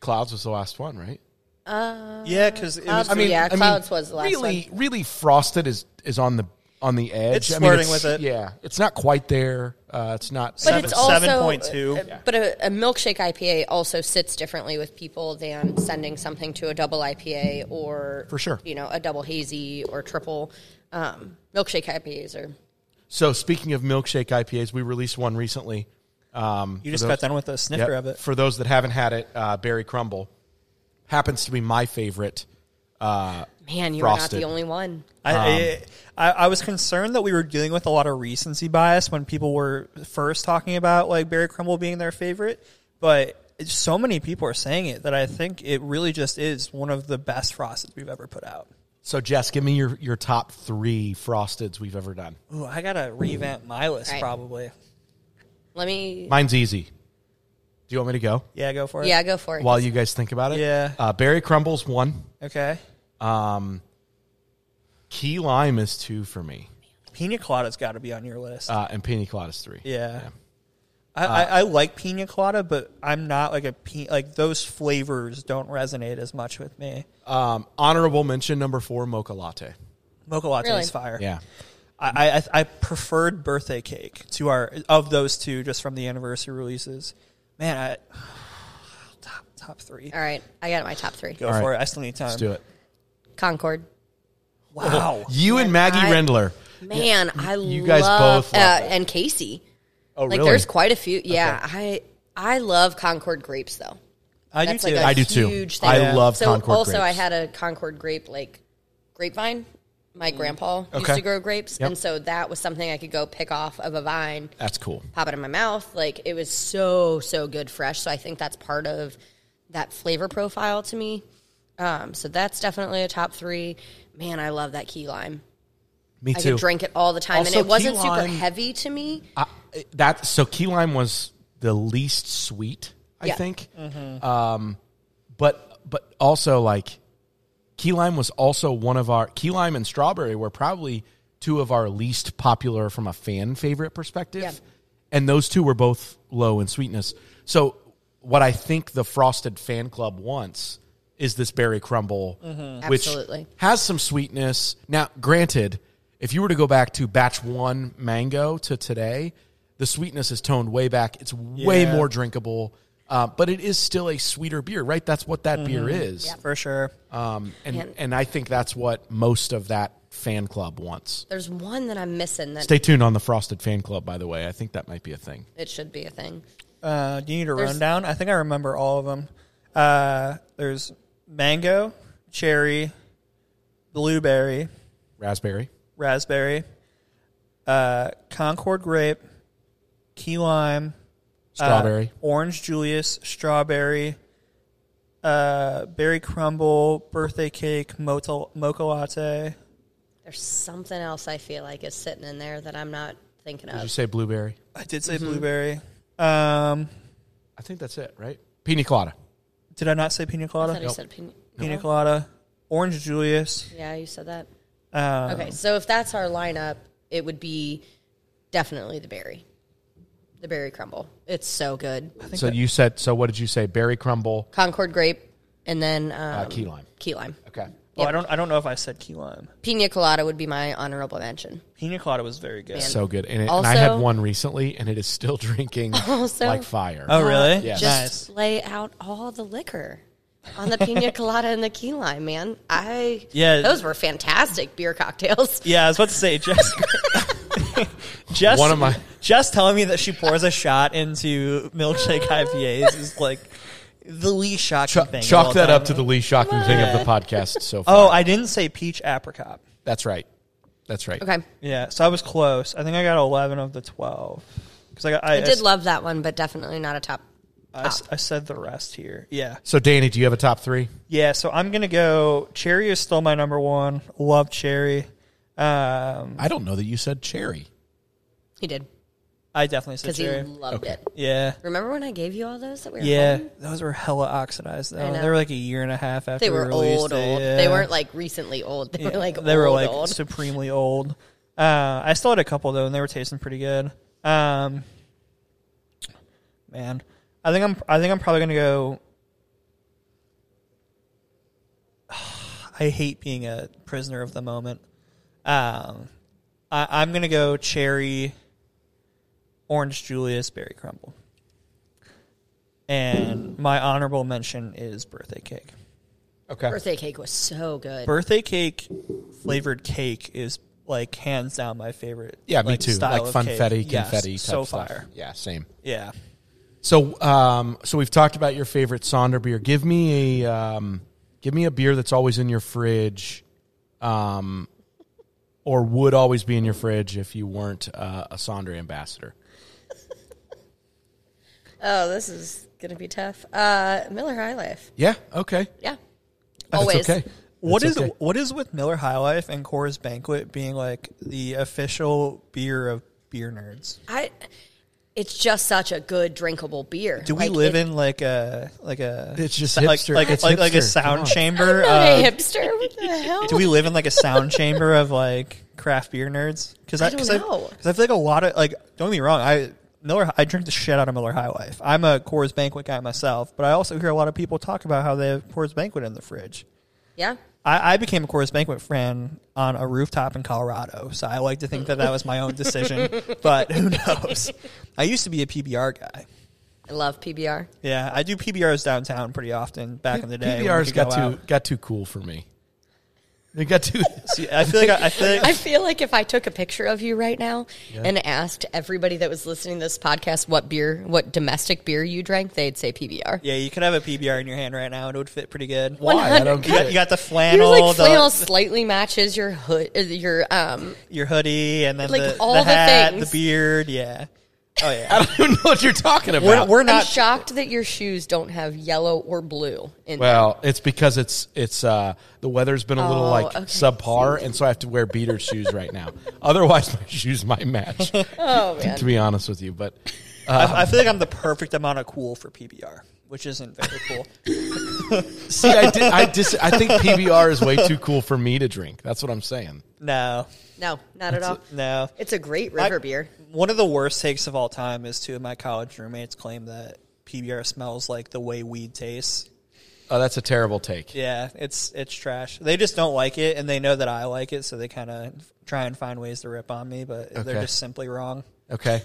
Clouds was the last one, right? Uh, yeah, because it was I mean, yeah, clouds was the last really, one. really frosted is is on the on the edge. It's flirting with it. Yeah, it's not quite there. Uh, it's not. But Seven- it's also 7.2. uh, But a, a milkshake IPA also sits differently with people than sending something to a double IPA or For sure. you know, a double hazy or triple um, milkshake IPAs or so speaking of milkshake IPAs, we released one recently. Um, you for just those- got done with a snifter Yep. of it. For those that haven't had it, uh, Berry Crumble happens to be my favorite. Uh, man, you are Frosted. not the only one. I, I, I I was concerned that we were dealing with a lot of recency bias when people were first talking about like Barry Crumble being their favorite, but it's- so many people are saying it that I think it really just is one of the best frosted we've ever put out. so Jess, give me your your top three frosteds we've ever done. Ooh, I gotta revamp my list Right. probably. Let me. Mine's easy. Do you want me to go Yeah, go for it. yeah, go for it. while you guys think about it? Yeah. Uh, Berry Crumble's one. Okay. Key lime is two for me, Pina colada's got to be on your list. uh, and pina colada is three. Yeah. I, I, I like pina colada, but I'm not like a pe- like those flavors don't resonate as much with me. Um, honorable mention number four, mocha latte. Mocha latte Really? is fire. Yeah. I, I I preferred birthday cake to our of those two just from the anniversary releases. Man, I (sighs) top top three. All right, I got my top three. Go All for right. it. I still need time. Let's do it. Concord. Wow. You and Maggie I- Rendler. Man, I you guys love, both love uh, that. and Casey. Oh, Like, there's quite a few. Yeah, I I love Concord grapes though. I do That's too. like a I do too. huge thing. I love so Concord Also, I grapes. had a Concord grape like grapevine. My grandpa used Mm. Okay. to grow grapes, Yep. and so that was something I could go pick off of a vine, That's cool. pop it in my mouth. Like it was so so good fresh. So I think that's part of that flavor profile to me. Um, so that's definitely a top three. Man, I love that key lime. Me I too. could drink it all the time, Also, and it wasn't key super lime- heavy to me. I, that so key lime was the least sweet, I Yeah. Mm-hmm. think. Um, but but also like Key lime was also one of our key lime and strawberry were probably two of our least popular from a fan favorite perspective, Yeah. and those two were both low in sweetness. So what I think the frosted fan club wants is this berry crumble, which Mm-hmm. Absolutely. has some sweetness. Now, granted, if you were to go back to batch one mango to today, the sweetness is toned way back. It's way more drinkable, uh, but it is still a sweeter beer, right? That's what that beer is. for sure. Um, Mm-hmm. and, And- and I think that's what most of that fan club wants. There's one that I'm missing that Stay tuned on the Frosted Fan Club, by the way. I think that might be a thing. it should be a thing. Uh, do you need a There's- rundown? I think I remember all of them. Uh, there's mango, cherry, blueberry, Raspberry. raspberry, uh, Concord grape, key lime, uh, Strawberry. orange Julius, strawberry, uh, berry crumble, birthday cake, motel, mocha latte. There's something else I feel like is sitting in there that I'm not thinking Did you of. say blueberry? I did Mm-hmm. say blueberry. Um, I think that's it, right? Pina colada. did I not say pina I colada? thought you said pina, Pina colada, orange Julius. Yeah, you said that. Um, Okay, so if that's our lineup, it would be definitely the berry, the berry crumble. It's so good. So you said, so what did you say? Berry crumble. uh, Concord grape, and then um, key lime. Key lime. Okay. Oh, I don't. I don't know if I said key lime. Pina colada would be my honorable mention. Pina colada was very good. Man. So good. And, it, and I Also- had one recently, and it is still (laughs) drinking (laughs) Also- like fire. Oh, really? Yes. Just lay out all the liquor on (laughs) the pina colada and the key lime, man. I Yeah. those were fantastic beer cocktails. Yeah, I was about to say (laughs) Jess. Jess, One of my- Jess telling me that she pours a shot into milkshake (laughs) IPAs is like the least shocking thing. of all Chalk that up to time. the least shocking thing of the (laughs) podcast so far. Oh, I didn't say peach apricot. That's right. That's right. Okay, Yeah, so I was close. I think I got eleven of the twelve because I got. I, I did love that one, but definitely not a top. I, s- I said the rest here. Yeah, So, Danny, do you have a top three? yeah. So I'm gonna go. Cherry is still my number one. Love cherry. Um, I don't know that you said cherry. He did I definitely said because he cherry. loved it. Yeah. Remember when I gave you all those that we were Yeah, holding? those were hella oxidized though. know. They were like a year and a half after They were we released old, old. it, yeah. They weren't like recently old. They were (laughs) like they old, were like old. supremely old. Uh, I still had a couple though, and they were tasting pretty good. Um, man, I think I'm I think I'm probably gonna go. (sighs) I hate being a prisoner of the moment. Um, I, I'm gonna go cherry, orange Julius, berry crumble, and my honorable mention is birthday cake Okay. Birthday cake was so good. birthday cake flavored cake is like hands down my favorite. Yeah, me like, too. style of Like funfetti, cake. Yes, confetti, type so stuff. fire. Yeah, same. Yeah, So, um, so we've talked about your favorite Sonder beer. Give me a, um, give me a beer that's always in your fridge, um, or would always be in your fridge if you weren't uh, a Sonder ambassador. Oh, this is gonna be tough. Uh, Miller High Life. Yeah. Okay. Yeah, That's always. okay. What That's is okay. what is with Miller High Life and Coors Banquet being like the official beer of beer nerds? I. It's just such a good drinkable beer. Do we Like, live it- in like a like a It's just so- like hipster. like It's like, like a hipster. Come on. sound chamber? Not a Of, hipster? What the hell? uh, (laughs) do we live in like a sound chamber of like craft beer nerds? Because I I don't because I, know. 'cause I feel like a lot of like don't get me wrong I. Miller, I drink the shit out of Miller High Life. I'm a Coors Banquet guy myself, but I also hear a lot of people talk about how they have Coors Banquet in the fridge. yeah. I, I became a Coors Banquet fan on a rooftop in Colorado, so I like to think that that was my own (laughs) decision. but who knows? I used to be a PBR guy. I love PBR. Yeah, I do PBRs downtown pretty often. Back in the day, when we PBRs could got go too out. got too cool for me. They (laughs) got too. See, I feel like I, I (laughs) feel like I feel like if I took a picture of you right now and asked everybody that was listening to this podcast what beer, what domestic beer you drank, they'd say PBR. yeah, you could have a PBR in your hand right now and it would fit pretty good. Why? I don't You got, get you it. (laughs) got the Your flannel, like the- flannel slightly matches your hood, uh, your um. your hoodie, and then Like, the, all the the hat, things. the beard. Yeah. Oh yeah. (laughs) I don't know what you're talking about. We're, we're I'm not shocked that your shoes don't have yellow or blue in them. Well, it's because it's it's uh, the weather's been a little Oh, like okay. subpar, and so I have to wear beater shoes right (laughs) now. Otherwise, my shoes might match. Oh to man, be honest with you, but I, I feel like I'm the perfect amount of cool for PBR. which isn't very (laughs) cool. See, I di- I dis- I think PBR is way too cool for me to drink. That's what I'm saying. no, No, not at all. no. It's a great river I- beer. One of the worst takes of all time is two of my college roommates claim that PBR smells like the way weed tastes. Oh, that's a terrible take. Yeah, it's it's trash. They just don't like it, and they know that I like it, so they kind of try and find ways to rip on me, but Okay. they're just simply wrong. Okay.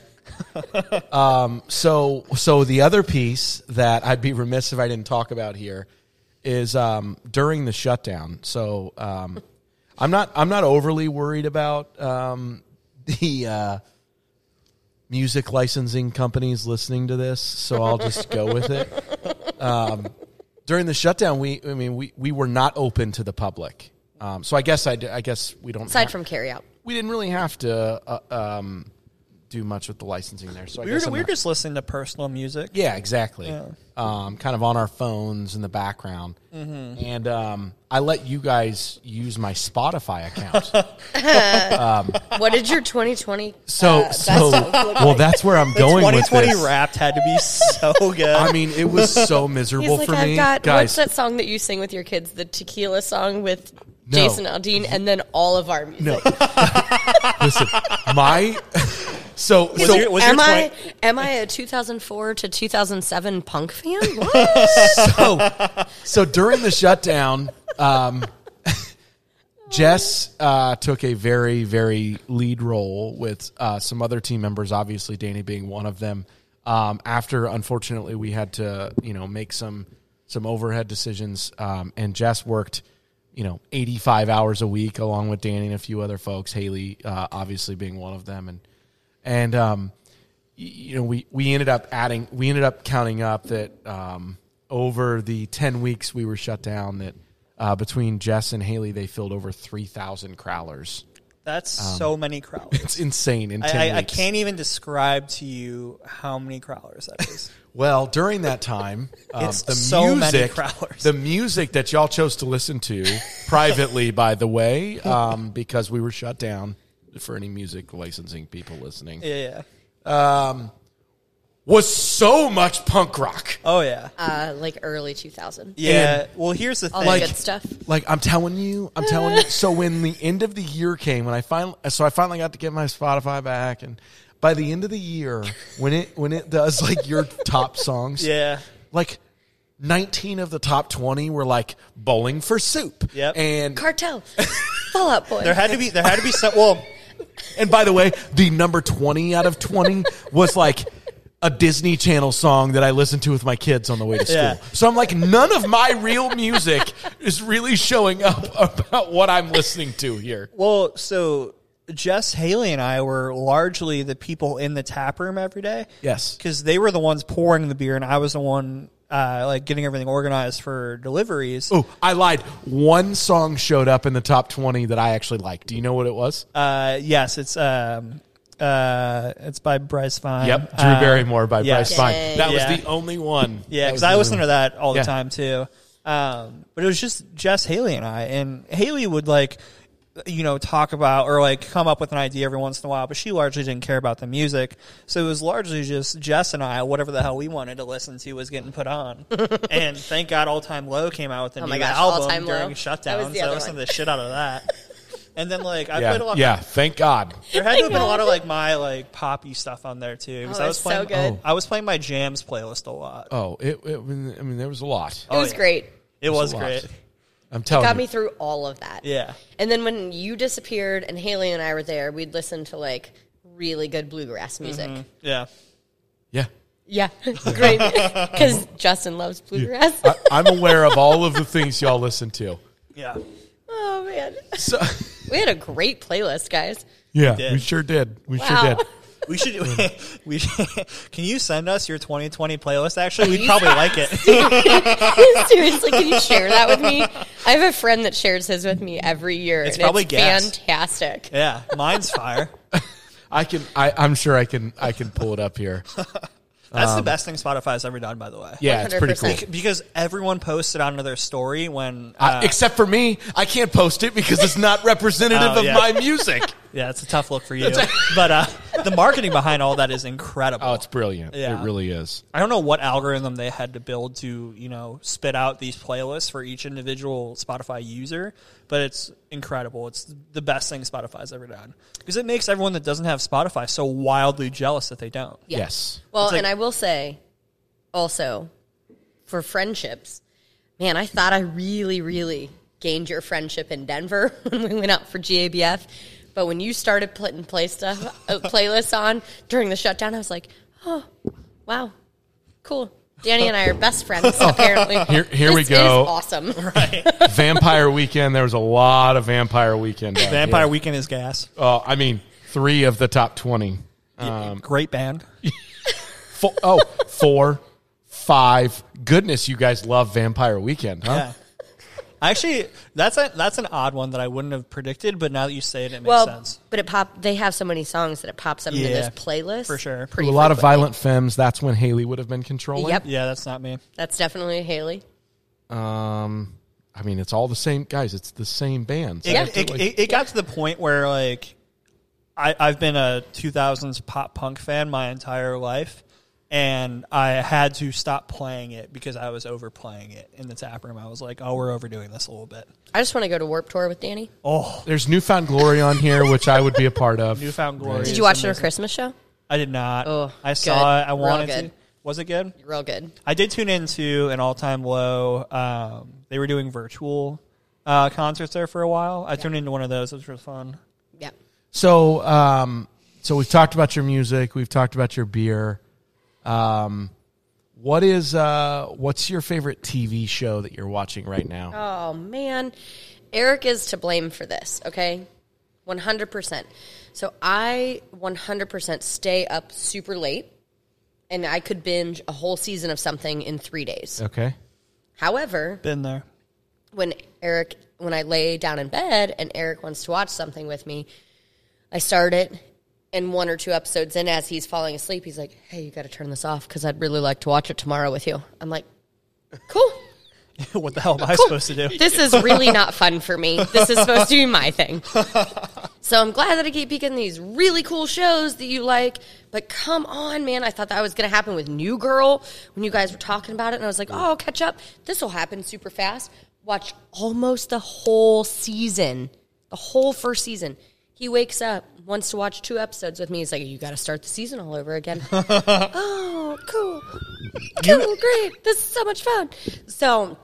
um, so, so the other piece that I'd be remiss if I didn't talk about here is um, during the shutdown. So, um, I'm not I'm not overly worried about um, the uh, music licensing companies listening to this. So I'll just go with it. Um, during the shutdown, we I mean we we were not open to the public. Um, so I guess I, d- I guess we don't Aside ha- from carry out. we didn't really have to uh, um, do much with the licensing there. So I We were, guess I'm we were not- just listening to personal music. yeah, exactly. Um, kind of on our phones in the background, Mm-hmm. and um, I let you guys use my (laughs) Spotify account. What did your 2020? so, so well, that's where I'm going with 2020 this. Wrapped had to be so (laughs) good. I mean, it was (laughs) so He's miserable like, for I've me, got what's guys. that song that you sing with your kids? The tequila song with No. Jason Aldean, and then all of our music. No, listen, (laughs) my (laughs) so so your- was am your I 20 am I a 2004 to 2007 (laughs) punk fan? What? (laughs) so, so during the shutdown, um, (laughs) Jess uh, took a very, very lead role with uh, some other team members, obviously Danny being one of them. Um, after, unfortunately, we had to, you know, make some some overhead decisions, um, and Jess worked, you know, eighty five hours a week along with Danny and a few other folks. Haley, uh, obviously, being one of them, and and um, y- you know, we, we ended up adding, we ended up counting up that um, over the 10 weeks we were shut down, that uh, between Jess and Haley, they filled over 3,000 crowlers. That's so many crowlers. um, It's insane in 10 I, I, I weeks. can't even describe to you how many crowlers that (laughs) is. Well, during that time, um, It's the so many music, crowlers. the music that y'all chose to (laughs) listen to privately, by the way, um, because we were shut down for any music licensing people listening, yeah, yeah. was so much punk rock. Oh yeah. Um, Uh, like early 2000. yeah. well, here's the All thing. the (laughs) good stuff. Like I'm telling you, I'm telling you. So when the end of the year came, when I finally, so I finally got to get my Spotify back, and by the end of the year, when it when it does like your top songs, yeah. like 19 of the top 20 were like Bowling for Soup, Yep. and Cartel, Fall Out Boy. There had to be there had to be some well, and by the way, the number 20 out of 20 was like. A Disney Channel song that I listened to with my kids on the way to school. Yeah. So I'm like, none of my real music is really showing up about what I'm listening to here. well, so Jess Haley and I were largely the people in the tap room every day. Yes. Cuz they were the ones pouring the beer and I was the one uh, like getting everything organized for deliveries. Oh, I lied. One song showed up in the top 20 that I actually liked. Do you know what it was? Uh, yes, it's um uh it's by Bryce Vine. yep. Drew Uh, Barrymore by yes. Bryce Vine. Dang. That Yeah. was the only one. Yeah, That because was I the listen only to that all the Yeah. time too. Um, but it was just Jess Haley and I, and Haley would like, you know, talk about or like come up with an idea every once in a while, but she largely didn't care about the music, so it was largely just Jess and I. Whatever the hell we wanted to listen to was getting put (laughs) on, and thank God, All Time Low came out with a Oh new my gosh, All album Time during Low. shutdown, That was the so I other listened to one. the shit out of that. And then like I Yeah. played a lot. yeah. Thank God. There had to have been a lot of like my like poppy stuff on there too. 'cause Oh, I was that's so playing good. I was playing my jams playlist a lot. Oh, it, it- I mean, there was a lot. it was Oh, yeah. great. it was lot. great. I'm telling Got you. me through all of that. Yeah. And then when you disappeared and Haley and I were there, we'd listen to like really good Mm-hmm. bluegrass music. Yeah. yeah. Yeah, (laughs) (laughs) great. Because Justin loves bluegrass. I, I'm aware of all of the things y'all listen to. Yeah. (laughs) Oh man, (laughs) So, we had a great playlist, guys. yeah, did. we sure did. We Wow. sure did. We (laughs) should. (laughs) We should, can you send us your 2020 playlist? Actually, we'd probably like it. (laughs) Seriously, can you share that with me? I have a friend that shares his with me every year. It's and probably it's gas. fantastic. (laughs) Yeah, mine's fire. I can, I, I'm sure I can, I can pull it up here. That's the best thing Spotify's ever done, by the way. Um, Yeah, it's pretty cool. 100%. (laughs) Because everyone posted onto their story when. I- Uh, except for me, I can't post it because it's not representative Oh, of yeah. my music. (laughs) yeah, it's a tough look for you, but uh, the marketing behind all that is incredible. Oh, it's brilliant. Yeah. It really is. I don't know what algorithm they had to build to, you know, spit out these playlists for each individual Spotify user, but it's incredible. It's the best thing Spotify's ever done because it makes everyone that doesn't have Spotify so wildly jealous that they don't. Yeah. Yes. Well, It's like- and I will say also for friendships, man, I thought I really, really gained your friendship in Denver (laughs) when we went out for GABF. But when you started putting play stuff, uh, playlists on during the shutdown, I was like, oh, wow, cool. Danny and I are best friends, apparently. Here- here we This go. Is awesome. Vampire (laughs) Weekend. There was a lot of Vampire Weekend. out (laughs) Vampire here. Weekend is gas. Um, Oh, I mean, three of the top twenty. Great band. Four, oh, (laughs) four, five. Goodness, you guys love Vampire Weekend, huh? Yeah. Actually, that's a, that's an odd one that I wouldn't have predicted, but now that you say it, it makes well, sense. but it pop. They have so many songs that it pops up into Yeah, this playlist for sure. Pretty a lot of frequently. violent femmes. That's when Haley would have been controlling. Yep, Yeah, that's not me. that's definitely Haley. Um, I mean, it's all the same guys. It's the same bands. It, Yeah. it, it, it got to the point where like I, I've been a 2000s pop punk fan my entire life, and I had to stop playing it because I was overplaying it in the tap room. I was like, "Oh, we're overdoing this a little bit." I just want to go to Warp Tour with Danny. Oh, Oh, There's Newfound Glory on here, which I would be a part of. Newfound Glory. Did is you watch their amazing. Christmas show? I did not. Oh, I good. saw it. I Real wanted good. to. Was it good? Real good. I did tune into an all-time low. Um, they were doing virtual uh, concerts there for a while. I tuned into one of those, which was fun. Yeah. So, um, so we've talked about your music. We've talked about your beer. Um, what is uh, what's your favorite TV show that you're watching right now? Oh man, Eric is to blame for this. Okay, one hundred percent. So I one hundred percent stay up super late, and I could binge a whole season of something in three days. Okay. However, Been there. (laughs) when Eric when I lay down in bed and Eric wants to watch something with me, I start it and one or two episodes in as he's falling asleep, he's like, "Hey, you got to turn this off cuz I'd really like to watch it tomorrow with you." I'm like, "Cool." what the hell am I supposed to do? This is really not fun for me. This is supposed to be (laughs) my thing. So I'm glad that I keep picking these really cool shows that you like. But come on, man. I thought that was going to happen with New Girl when you guys were talking about it. And I was like, oh, I'll catch up. This will happen super fast. Watch almost the whole season, the whole first season. He wakes up, wants to watch two episodes with me. He's like, you got to start the season all (laughs) over again. oh, cool. Cool, great. This is so much fun. So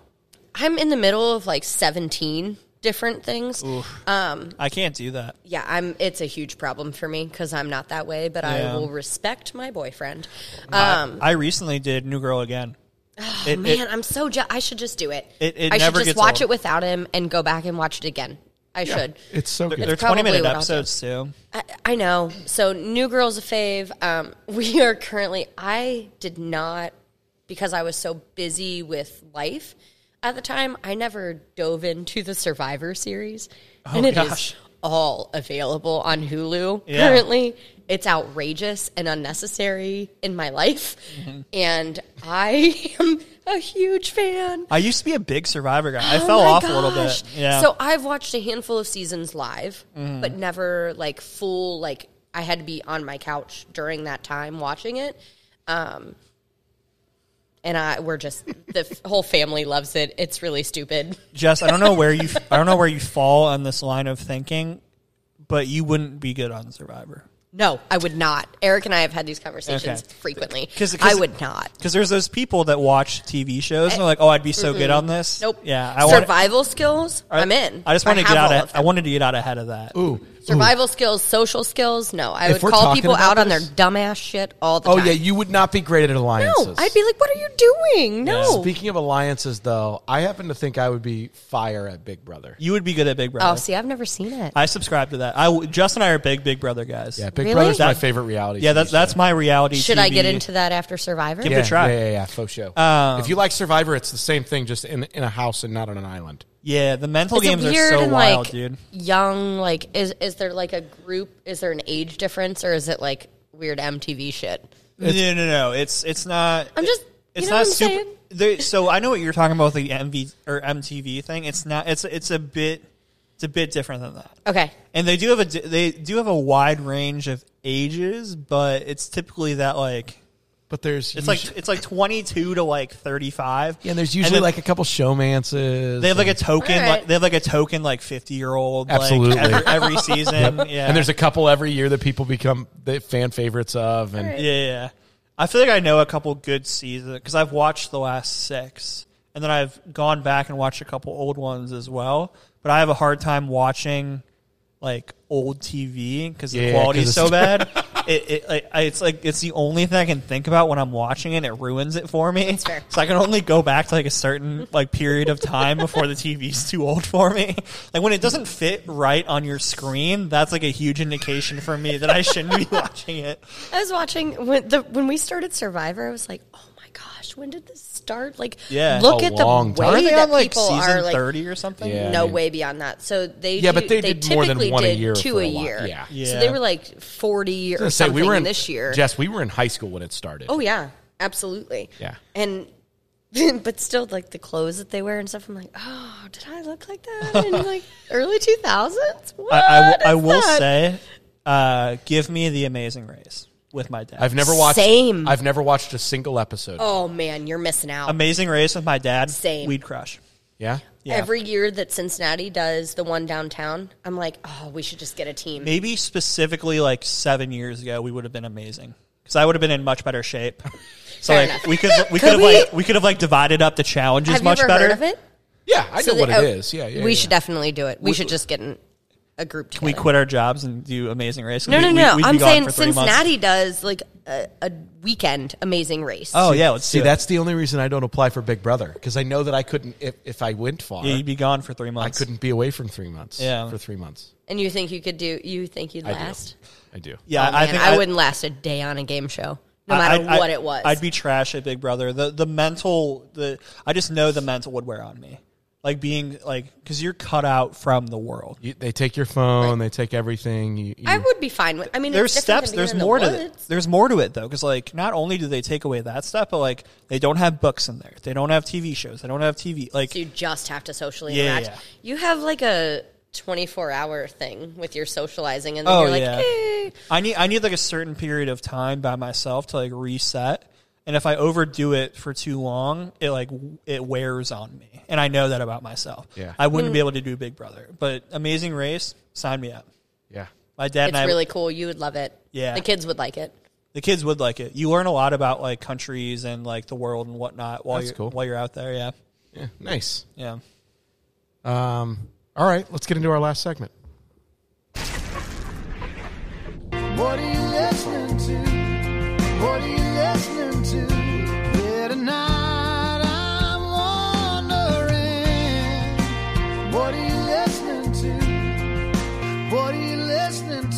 I'm in the middle of like 17 different things. I can't do that. Yeah, I'm. It's a huge problem for me because I'm not that way, but I Yeah. Uh, will respect my boyfriend. Um, I recently did New Girl again. it, Oh, man, it- I'm so. Je- I should just do it. It- it I should never just gets watch old. it without him and go back and watch it again. I should. It's so good. they're twenty probably minute what I'll do. episodes too. I, I know. So New Girl's a fave. Um, (laughs) we are currently. I did not because I was so busy with life at the time. I never dove into the Survivor series, and it is Oh, gosh. all available on Hulu Yeah. currently. It's outrageous and unnecessary in my life, Mm-hmm. and I (laughs) am a huge fan. I used to be a big Survivor guy. I Oh fell my off a little gosh. bit. Yeah. Mm-hmm. So I've watched a handful of seasons live, but never like full like I had to be on my couch during that time watching it. Um and I we're just the f- (laughs) whole family loves it. It's really stupid. Jess, I don't know (laughs) where you I don't know where you fall on this line of thinking, but you wouldn't be good on Survivor. No, I would not. Eric and I have had these conversations Okay. frequently. 'Cause- 'cause- I would not. Because there's those people that watch TV shows and they're like, "Oh, I'd be so good on this." Eh, Nope. Yeah, I wanna- survival skills. I, am in. I just wanted to get have out. all Of, of I them. wanted to get out ahead of that. Ooh. survival skills, social skills. No, I would we're call talking people about out on their this- dumbass shit all the Oh time. yeah, you would not be great at alliances. No, I'd be like, what are you doing? No. Speaking of alliances, though, I happen to think I would be fire at Big Brother. You would be good at Big Oh, Brother. see, I've never seen it. I subscribe to that. I w- Jess and I are big Big Brother guys. Yeah, Big Really? Brother's my That- favorite reality. yeah. TV That's show. that's my reality. Should I TV. get into that after Survivor? Give it yeah, a try. Yeah, yeah, yeah, faux show. if you like Survivor, it's the same thing, just in in a house and not on an island. Yeah, the mental Is it games are weird so and wild, like dude. young? Like, is is there like a group? Is there an age difference, or is it like weird MTV shit? no, no, no. It's it's not. I'm just- It's you know not what I'm super. saying? There, so I know what you're talking about with the MV or MTV thing. It's not. It's it's a bit. It's a bit different than that. Okay, And they do have a di- they do have a wide range of ages, but it's typically that like But there's it's usu- like it's like 22 to like 35. yeah, and there's usually then like a couple showmances. they have like a token. All right. Like, they have like a token like 50 year old. Absolutely. Like, every, every (laughs) season. Yeah. and there's a couple every year that people become the fan favorites of, and Yeah, yeah, yeah. I feel like I know a couple good seasons because I've watched the last six, and then I've gone back and watched a couple old ones as well. But I have a hard time watching like old TV because the Yeah, quality 'cause is so (laughs) bad. it, it like, I, it's like it's the only thing I can think about when I'm watching it. It ruins it for me. That's fair. So I can only go back to like a certain like period of time before the TV's too old for me. (laughs) Like when it doesn't fit right on your screen, that's like a huge indication for me that I shouldn't be (laughs) watching it. I was watching when the when we started Survivor. I was like, oh my gosh, when did this start? Like, Yeah. look A at the long time. way Aren't they that on like people season are like. 30 or something? Yeah, no I mean- way beyond that. So they Yeah, do- but they did more than typically one a did year two for a a while. year. Yeah. Yeah. so they were like forty or Let's say something we were in this year. Jess, we were in high school when it started. oh yeah, absolutely. Yeah. and (laughs) but still, like the clothes that they wear and stuff. I'm like, oh, did I look like that (laughs) in like early two thousands? I, I w- I will say, uh, give me the Amazing Race with my dad. I've never watched. Same. I've never watched a single episode. Oh man, you're missing out. Amazing Race with my dad. Same. Weed crush. Yeah. Yeah. Every year that Cincinnati does the one downtown, I'm like, oh, we should just get a team. Maybe specifically like seven years ago, we would have been amazing because I would have been in much better (laughs) shape. So Fair like enough. we could we could Could have we- like we could have like divided up the challenges Have much you ever better. heard of it? Yeah, I So know what they- it oh, is. Yeah, yeah. we yeah. should definitely do it. We, should just get in a group together. We quit our jobs and do Amazing Race. No, We- no, we- no. we'd be I'm gone saying for three months. Cincinnati does like a, a weekend amazing race. Oh yeah, let's See, do it. that's the only reason I don't apply for Big Brother because I know that I couldn't if, if I went far. Yeah, you'd be gone for three I months. couldn't be away from three months. Yeah. for three months. And you think you could do? You think you'd I do. last? I do. Yeah, Oh, Man, I, I think I, wouldn't last a day on a game show, no I- matter I'd- what I'd- it was. I'd be trash at Big Brother. The the mental the I just know the mental would wear on me. Like being like because you're cut out from the world. You, they take your phone. They take everything. You, you- I would be fine with. I mean, There's it's different steps. than There's being in the more to it. woods. There's more to it though, because like not only do they take away that stuff, but like they don't have books in there. They don't have TV shows. They don't have TV. Like So you just have to socially Yeah, interact. yeah. You have like a 24 hour thing with your socializing, and then Oh, you're like, yeah. "Eh." I need I need like a certain period of time by myself to like reset. And if I overdo it for too long, it like w- it wears on me, and I know that about myself. Yeah. I wouldn't be Hmm. able to do Big Brother, but Amazing Race, sign me up. yeah. My dad and it's I, really cool. You would love it. Yeah. the kids would like it. the kids would like it. You learn a lot about like countries and like the world and whatnot while That's you're cool. while you're out there. Yeah, Yeah. Nice. yeah. Um. All right. Let's get into our last segment. What are you listening to? What are you listening to? Yeah, tonight I'm wondering. What are you listening to? What are you listening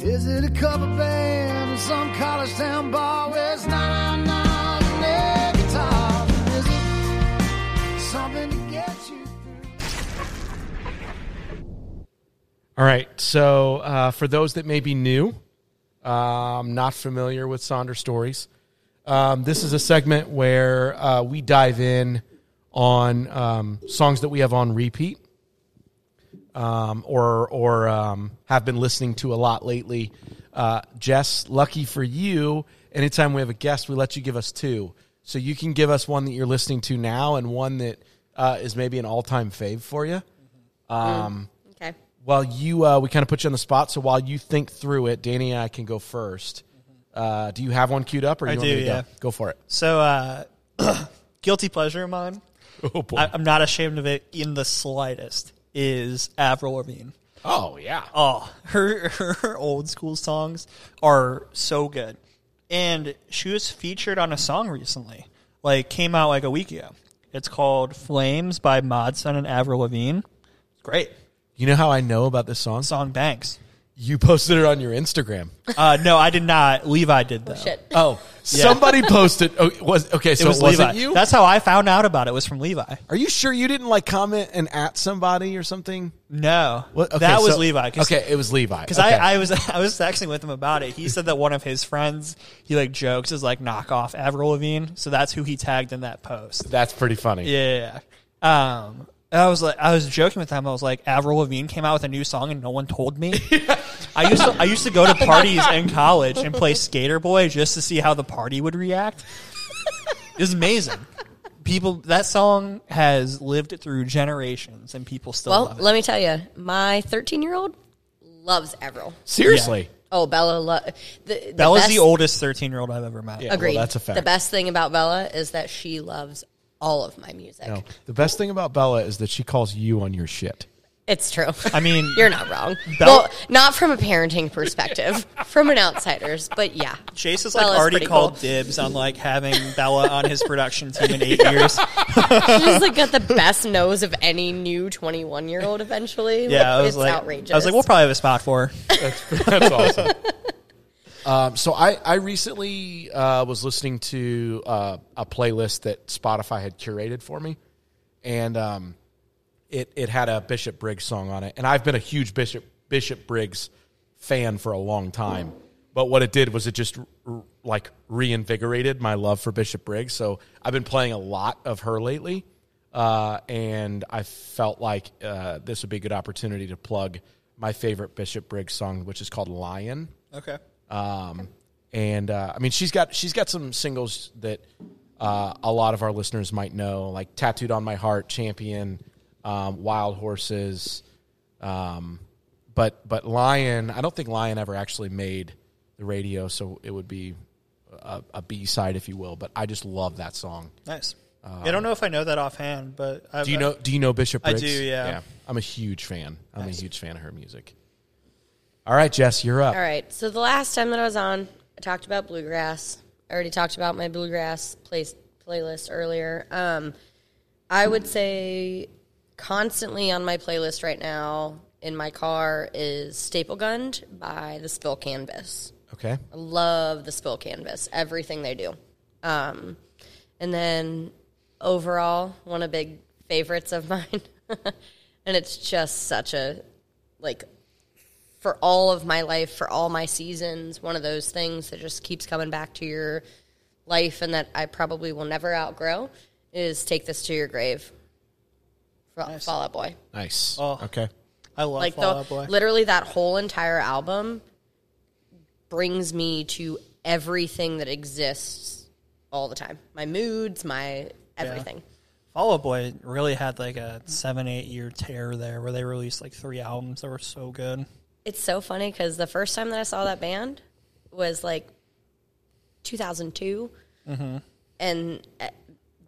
to? Is it a cover band or some college town bar where it's not not an air guitar? Is it something to get you through? All right. So, uh, for those that may be new, um, not familiar with Sonder Stories, um, this is a segment where uh, we dive in on um, songs that we have on repeat um, or, or um, have been listening to a lot lately. Uh, Jess, lucky for you, anytime we have a guest, we let you give us two. So, you can give us one that you're listening to now and one that uh, is maybe an all time fave for you Okay. while you uh, we kind of put you on the spot so while you think through it danny and i can go first uh, do you have one queued up or you Mm-hmm. I want do, me to yeah. go? go for it So, uh, (clears throat) guilty pleasure of mine. oh boy I, I'm not ashamed of it in the slightest. Is Avril Lavigne. oh yeah Oh, her her old school songs are so good. And she was featured on a song recently. Like came out like a week ago. It's called Flames by Modson and Avril Lavigne. Great. you know how i know about this song Song bangs. you posted it on your instagram Uh, no, I did not. Levi did though. Shit. (laughs) oh somebody posted oh, it was okay so It it, was was Levi. not you That's how I found out about it. Was from Levi. are you sure you didn't like comment and at somebody or something No, What- okay, that was so- Levi. 'cause okay it was levi Because I, I was (laughs) I was texting with him about it. He said that one of his friends, he like jokes is like knockoff Avril Lavigne, so that's who he tagged in that post. that's pretty funny Yeah, yeah, yeah. Um, I was like, I was joking with them. I was like, Avril Lavigne came out with a new song and no one told me. I used to, I used to go to parties in college and play Skater Boy just to see how the party would react. It was amazing. People, that song has lived through generations, and people still Well, love it. let me tell you, my 13 year old loves Avril. Seriously. Oh, Bella. Lo- the, the Bella's best- the oldest thirteen year old I've ever met. Yeah, well, Agreed. that's a fact. The best thing about Bella is that she loves all of my music. No. The best thing about Bella is that she calls you on your shit. It's true. I mean, (laughs) You're not wrong. Bella- well, not from a parenting perspective, (laughs) from an outsider's, but yeah. Chase has like Bella's already pretty called cool. dibs on like having Bella on his production team in eight (laughs) years. She's like got the best nose of any new 21 year old eventually. Yeah, I was it's like, outrageous. I was like, we'll probably have a spot for her. That's awesome. Um, so I, I recently uh, was listening to uh, a playlist that Spotify had curated for me, and um, it it had a Bishop Briggs song on it, and I've been a huge Bishop Bishop Briggs fan for a long time. But what it did was it just r- like reinvigorated my love for Bishop Briggs. So I've been playing a lot of her lately, uh, and I felt like uh, this would be a good opportunity to plug my favorite Bishop Briggs song, which is called "Lion." Okay. Um, and uh, I mean, she's got she's got some singles that uh, a lot of our listeners might know, like "Tattooed on My Heart," "Champion," um, "Wild Horses." Um, but but Lion, I don't think Lion ever actually made the radio, so it would be a, a B side, if you will. But I just love that song. Nice. I don't know if I know that offhand, but I've, Do you know Do you know Bishop? I Briggs? do, yeah. I'm a huge fan. I'm a huge fan of her music. All right, Jess, you're up. All right. So the last time that I was on, I talked about bluegrass. I already talked about my bluegrass place, playlist earlier. Um, I would say constantly on my playlist right now in my car is Staple Gunned by the Spill Canvas. Okay. I Oh. love the Spill Canvas, everything they do. Um, and then overall, one of big favorites of (laughs) mine. and it's just such a like for all of my life, for all my seasons, one of those things that just keeps coming back to your life and that I probably will never outgrow is take this to your grave. Fall, Fall Out Boy. Nice. Oh. Okay. I love Like Fall Out the, Boy. literally that whole entire album brings me to everything that exists all the time. My moods, my everything. Fall Out Boy really had like a seven, eight year tear there where they released like three albums that were so good. It's so funny because the first time that I saw that band was like 2002, Mm-hmm. and uh,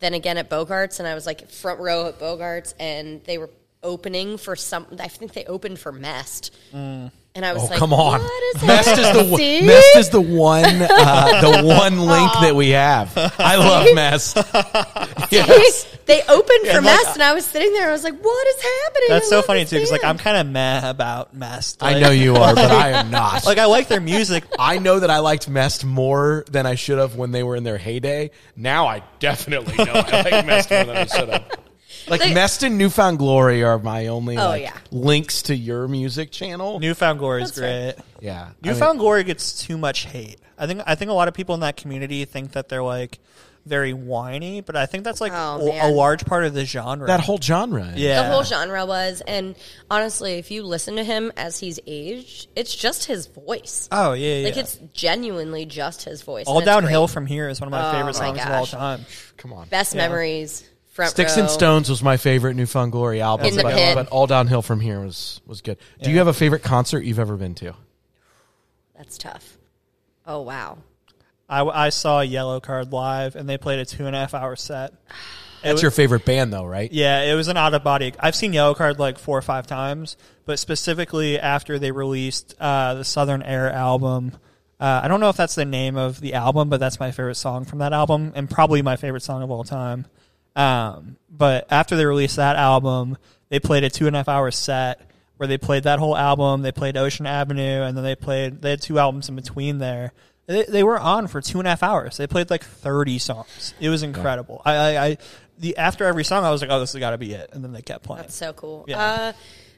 then again at Bogarts, and I was like front row at Bogarts, and they were opening for some. I think they opened for Mest, Mm. and I was Oh, like, come on. "What (laughs) is Mest is the See? one, Mest is the one uh, (laughs) the one link that we have. I love (laughs) Mest. Yes. (laughs) they opened for and, like, Mest, and I was sitting there. I was like, "What is happening?" That's I so love funny this too, because like I'm band. kind of meh about Mast. I Like- know you are, but I am not. (laughs) Like I like their music. (laughs) I know that I liked Mest more than I should have when they were in their heyday. Now I definitely know I (laughs) like messed more than I should have. Like They- Mest and Newfound Glory are my only Oh, like, yeah. links to your music channel. Newfound Glory is That's fair. great. yeah, I mean, Newfound Glory gets too much hate. I think I think a lot of people in that community think that they're like very whiny, but I think that's like Oh, a, a man. large part of the genre. that whole genre. yeah, the whole genre was, and honestly, if you listen to him as he's aged, it's just his voice. Oh yeah, yeah. Like it's genuinely just his voice. all and it's downhill great. from here is one of my Oh, favorite my songs of all gosh. time. come on. best memories. Front Sticks row. and Stones was my favorite Newfound Glory album, In the but, pit. but all downhill from here was was good. Do you have a favorite concert you've ever been to? That's tough. Oh wow. I, I saw Yellow Card live, and they played a two and a half hour set. That's your favorite band, though, right? Yeah, it was an out of body. I've seen Yellow Card like four or five times, but specifically after they released uh, the Southern Air album. Uh, I don't know if that's the name of the album, but that's my favorite song from that album, and probably my favorite song of all time. Um, but after they released that album, they played a two and a half hour set where they played that whole album. They played Ocean Avenue, and then they played. They had two albums in between there. They, they were on for two and a half hours. They played like thirty songs. It was incredible. I, I, I the after every song, I was like, "Oh, this has got to be it," and then they kept playing. That's so cool. Yeah. Uh,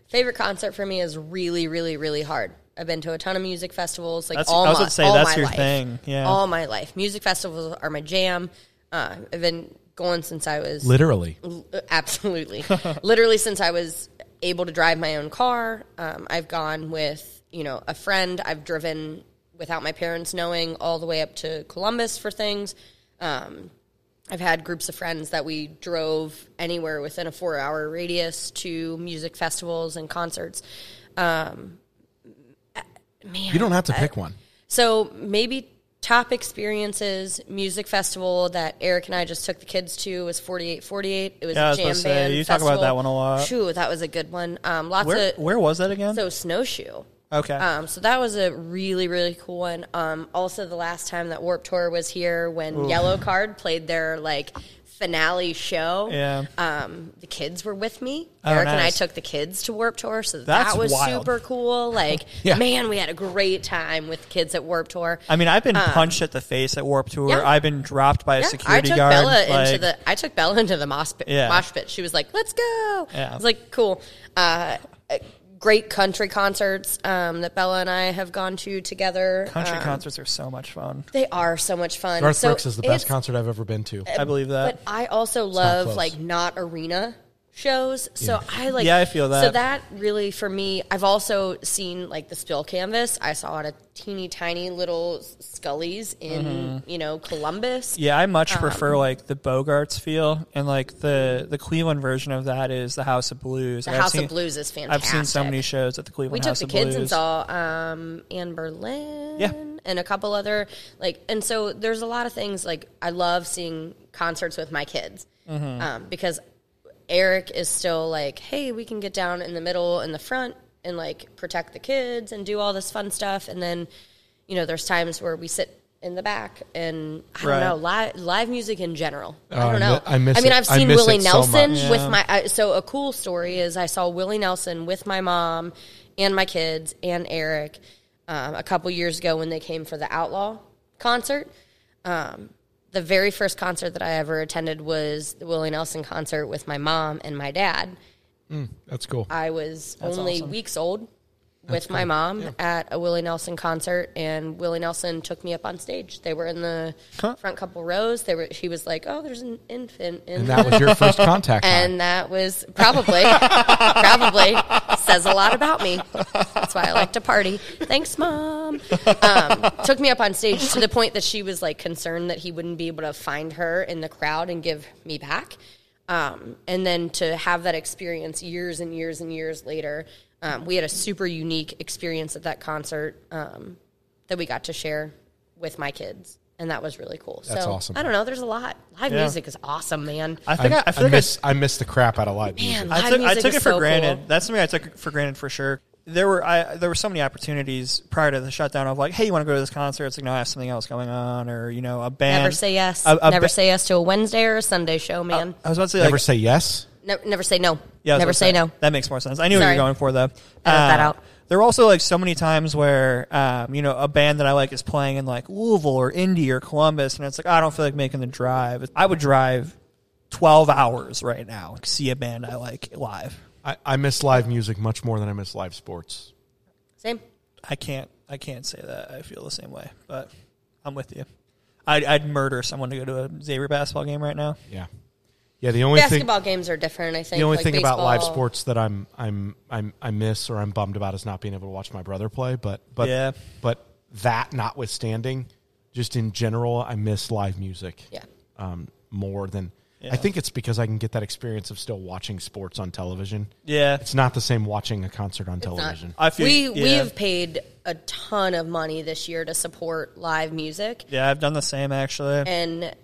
favorite concert for me is really, really, really hard. I've been to a ton of music festivals. Like That's- all I was my, gonna say, all that's my your life. thing. Yeah. all my life. Music festivals are my jam. Uh, I've been going since I was Literally. absolutely (laughs) literally since i was able to drive my own car um, i've gone with you know a friend i've driven without my parents knowing all the way up to columbus for things um, i've had groups of friends that we drove anywhere within a four hour radius to music festivals and concerts um, man You don't have to pick one. so maybe top experiences, music festival that Eric and I just took the kids to was 4848. It was Yeah, I a was jam about to say, band. you talk about festival. that one a lot. Shoo, that was a good one. Um, lots Where of where was that again? so snowshoe. okay. Um, so that was a really really cool one. Um, also the last time that Warp Tour was here when Yellow Card played their like finale show. yeah. Oh, Um, the kids were with me. Eric and I nice. took the kids to Warp Tour, so That's that was wild. (laughs) super cool. Like, Yeah. man, we had a great time with the kids at Warp Tour. I mean, I've been punched at the face at Warp Tour. um, Yeah. I've been dropped by a Yeah, security I took guard. Bella like- into the I took Bella into the mosh pit. Yeah. Mosh pit. She was like, "Let's go." Yeah. I was like, "Cool." Uh, uh, great country concerts um, that Bella and I have gone to together. country Um, concerts are so much fun. They are so much fun. Garth so Brooks is the best it's- Uh, concert I've ever been to. I believe that. But I also not love close. like not arena shows. So I like Yeah, I feel that. So that really for me, I've also seen like the spill canvas. I saw it at teeny tiny little Scullies in you know Columbus. Mm-hmm. Yeah, I um, much prefer like the Bogarts feel, and like the the Cleveland version of that is the House of Blues. The I've House seen- of Blues is I've fantastic. seen so many shows at the Cleveland We took House the of kids and Blues. saw um, Anne Berlin Yeah. and a couple other like, and so there's a lot of things like I love seeing concerts with my kids Mm-hmm. um, because Eric is still like, hey, we can get down in the middle and the front and like protect the kids and do all this fun stuff, and then you know there's times where we sit in the back and I don't Right. know live live music in general. Oh, I I don't know. mi- I miss I mean, it. I've I seen miss Willie it so much. Nelson Yeah. with my. I, so a cool story is I saw Willie Nelson with my mom and my kids and Eric um, a couple years ago when they came for the Outlaw concert. Um, the very first concert that I ever attended was the Willie Nelson concert with my mom and my dad. That's cool. I was only weeks old with my mom at a Willie Nelson concert, and Willie Nelson took me up on stage. They were in the front couple rows. They were. He was like, "Oh, there's an infant in And that was your first contact. and that was probably probably says a lot about me. That's why I like to party. Thanks, mom. Um, took me up on stage to the point that she was like concerned that he wouldn't be able to find her in the crowd and give me back. Um, and then to have that experience years and years and years later, um, we had a super unique experience at that concert um, that we got to share with my kids. And that was really cool. That's so awesome. I don't know. There's a lot. Live music is awesome, man. I think I, I, I, feel like I miss, I miss the crap out of live music. Man, I live took, I music took is it for so granted. cool. That's something I took for granted for sure. There were I, there were so many opportunities prior to the shutdown of like, hey, you want to go to this concert? It's like, no, I have something else going on, or you know, a band. Never say yes. A- a never ba- say yes to a Wednesday or a Sunday show, man. I was about to say Never like, say yes. Ne- never say no. Yeah, I was never gonna say no. That makes more sense. I knew what you Sorry. were going for though. Uh, Edit that out. There are also like so many times where um, you know a band that I like is playing in like Louisville or Indy or Columbus, and it's like "Oh, I don't feel like making the drive. I would drive twelve hours right now to see a band I like live. I, I miss live music much more than I miss live sports. Same. I can't. I can't say that. I feel the same way, but I'm with you. I'd, I'd murder someone to go to a Xavier basketball game right now. Yeah. Yeah, the only thing Basketball games are different. I think the only like thing about live baseball. sports that I'm I'm I'm I miss or I'm bummed about is not being able to watch my brother play, but but Yeah. but that notwithstanding, just in general, I miss live music. Yeah. Um more than Yeah. I think it's because I can get that experience of still watching sports on television. Yeah, It's not the same watching a concert on It's not- television. I feel- we we yeah. have paid a ton of money this year to support live music, yeah. I've done the same actually. and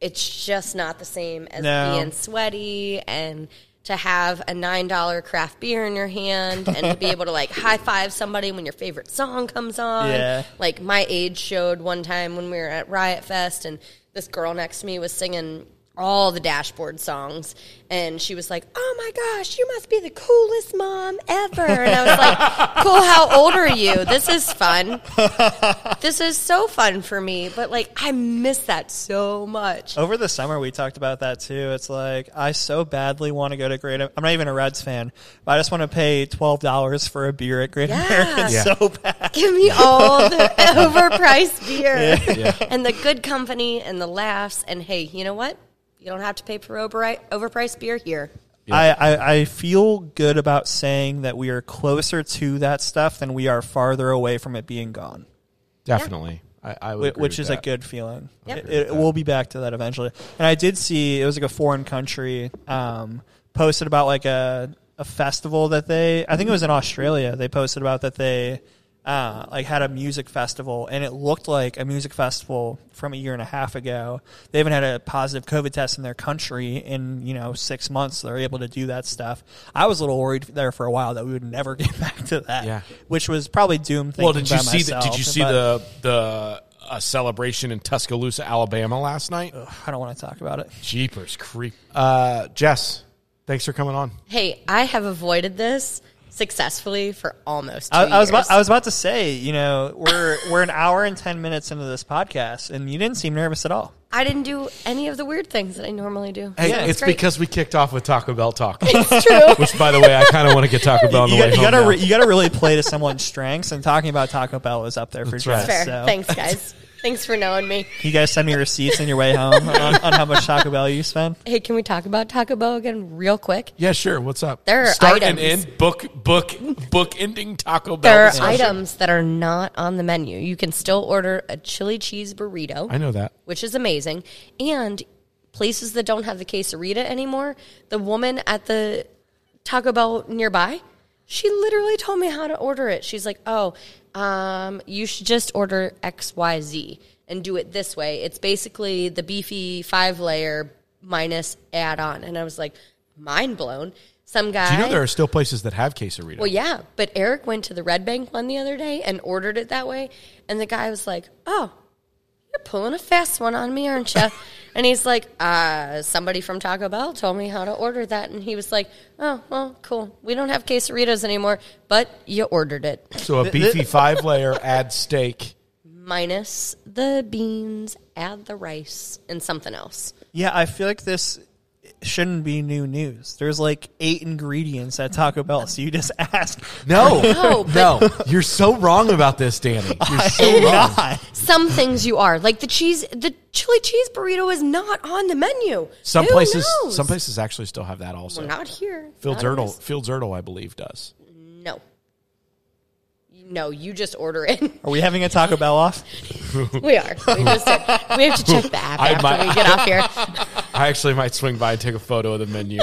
it's just not the same as No. being sweaty and to have a nine dollar craft beer in your hand and to be (laughs) able to like high five somebody when your favorite song comes on. Yeah. Like my age showed one time when we were at Riot Fest, and this girl next to me was singing all the dashboard songs and she was like oh my gosh you must be the coolest mom ever and i was (laughs) like cool how old are you this is fun this is so fun for me but like i miss that so much Over the summer, we talked about that too. It's like I so badly want to go to Great. I'm not even a Reds fan, but I just want to pay twelve dollars for a beer at Great Yeah. American (laughs) Yeah. so bad. give me all the (laughs) overpriced beer and the good company and the laughs and hey you know what you You don't have to pay for overri- overpriced beer here. I, I, I feel good about saying that we are closer to that stuff than we are farther away from it being gone, Definitely. I, I would whi- agree which with is that. a good feeling. Yep. It, it, we'll be back to that eventually. And I did see it was like a foreign country um, posted about like a a festival that they I think it was in Australia. They posted about that they uh, like had a music festival and it looked like a music festival from a year and a half ago. They haven't had a positive COVID test in their country in you know six months. They're able to do that stuff. I was a little worried there for a while that we would never (laughs) get back to that, Yeah. which was probably doomed. Well, thinking did you by see? The, myself, did you see but- the the uh, celebration in Tuscaloosa, Alabama last night? I don't want to talk about it. Jeepers, creep. Uh, Jess, thanks for coming on. Hey, I have avoided this successfully for almost two I, I was about, years. I was about to say, you know, we're we're an hour and ten minutes into this podcast, and you didn't seem nervous at all. I didn't do any of the weird things that I normally do. Hey, Yeah, it's great. because we kicked off with Taco Bell talk. It's true. (laughs) which, by the way, I kind of want to get Taco Bell on the You, way home. got, to now. re, you got to really play to someone's strengths, and talking about Taco Bell is up there for right. Jess. Fair. So Thanks, (laughs) guys. Thanks for knowing me. you guys send me receipts on your way home on, on how much Taco Bell you spend. Hey, can we talk about Taco Bell again real quick? yeah, sure. What's up? There are Start and items. end book book book ending Taco Bell. There are discussion. items that are not on the menu. You can still order a chili cheese burrito. I know that. which is amazing. And places that don't have the quesarita anymore, the woman at the Taco Bell nearby, she literally told me how to order it. She's like, "Oh, um, you should just order X, Y, Z and do it this way. It's basically the beefy five layer minus add on." And I was like, mind blown. Some guy. Do you know there are still places that have quesarito? Well, yeah, but Eric went to the Red Bank one the other day and ordered it that way, and the guy was like, "Oh, you're pulling a fast one on me, (laughs) aren't you?" and he's like, "Uh, somebody from Taco Bell told me how to order that," and he was like, "Oh, well, cool. We don't have quesaritas anymore, but you ordered it So a beefy five layer add steak. minus the beans, add the rice, and something else." Yeah, I feel like this shouldn't be new news. There's like eight ingredients at Taco Bell, so you just (laughs) ask. (laughs) No, (laughs) No, Oh, but- no, you're so wrong about this, (laughs) Danny. You're so wrong. Some things you are like the cheese, the chili cheese burrito is not on the menu. Some Who places, knows? some places actually still have that. Also, Well, not here. Phil Not in Zertle, this Phil Zertle, I believe, does. No. No, you just order it. (laughs) Are we having a Taco Bell off? we are. We, just did. we have to check the (laughs) app I after might- we get (laughs) off here. I actually might swing by and take a photo of the menu.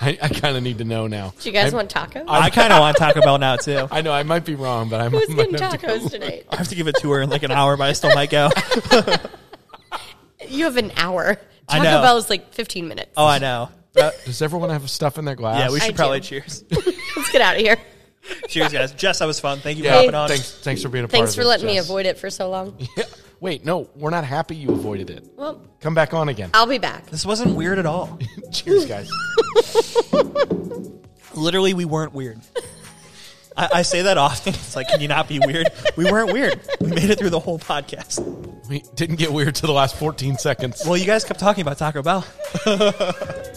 I, I kind of need to know now. Do you guys I, want tacos? I kind of want Taco Bell now too. I know I might be wrong, but I might, (laughs) Who's getting might have to (laughs) tacos go. tonight? I have to give a tour in like an hour, but I still might go. You have an hour. I Taco know. Bell is like 15 minutes. Oh, I know. But, Does everyone have stuff in their glass? yeah, we I should do. probably cheers. (laughs) Let's get out of here. Cheers, guys. Jess, that was fun. Thank you for Yeah, hopping on. Thanks, thanks for being a part Thanks of for this, letting me Jess. (laughs) avoid it for so long. Wait, no, we're not happy you avoided it. Well, Come back on again. I'll be back. This wasn't weird at all. Cheers, (laughs) guys. Literally, we weren't weird. I, I say that often. It's like, can you not be weird? We weren't weird. We made it through the whole podcast. we didn't get weird to the last 14 seconds. Well, you guys kept talking about Taco Bell.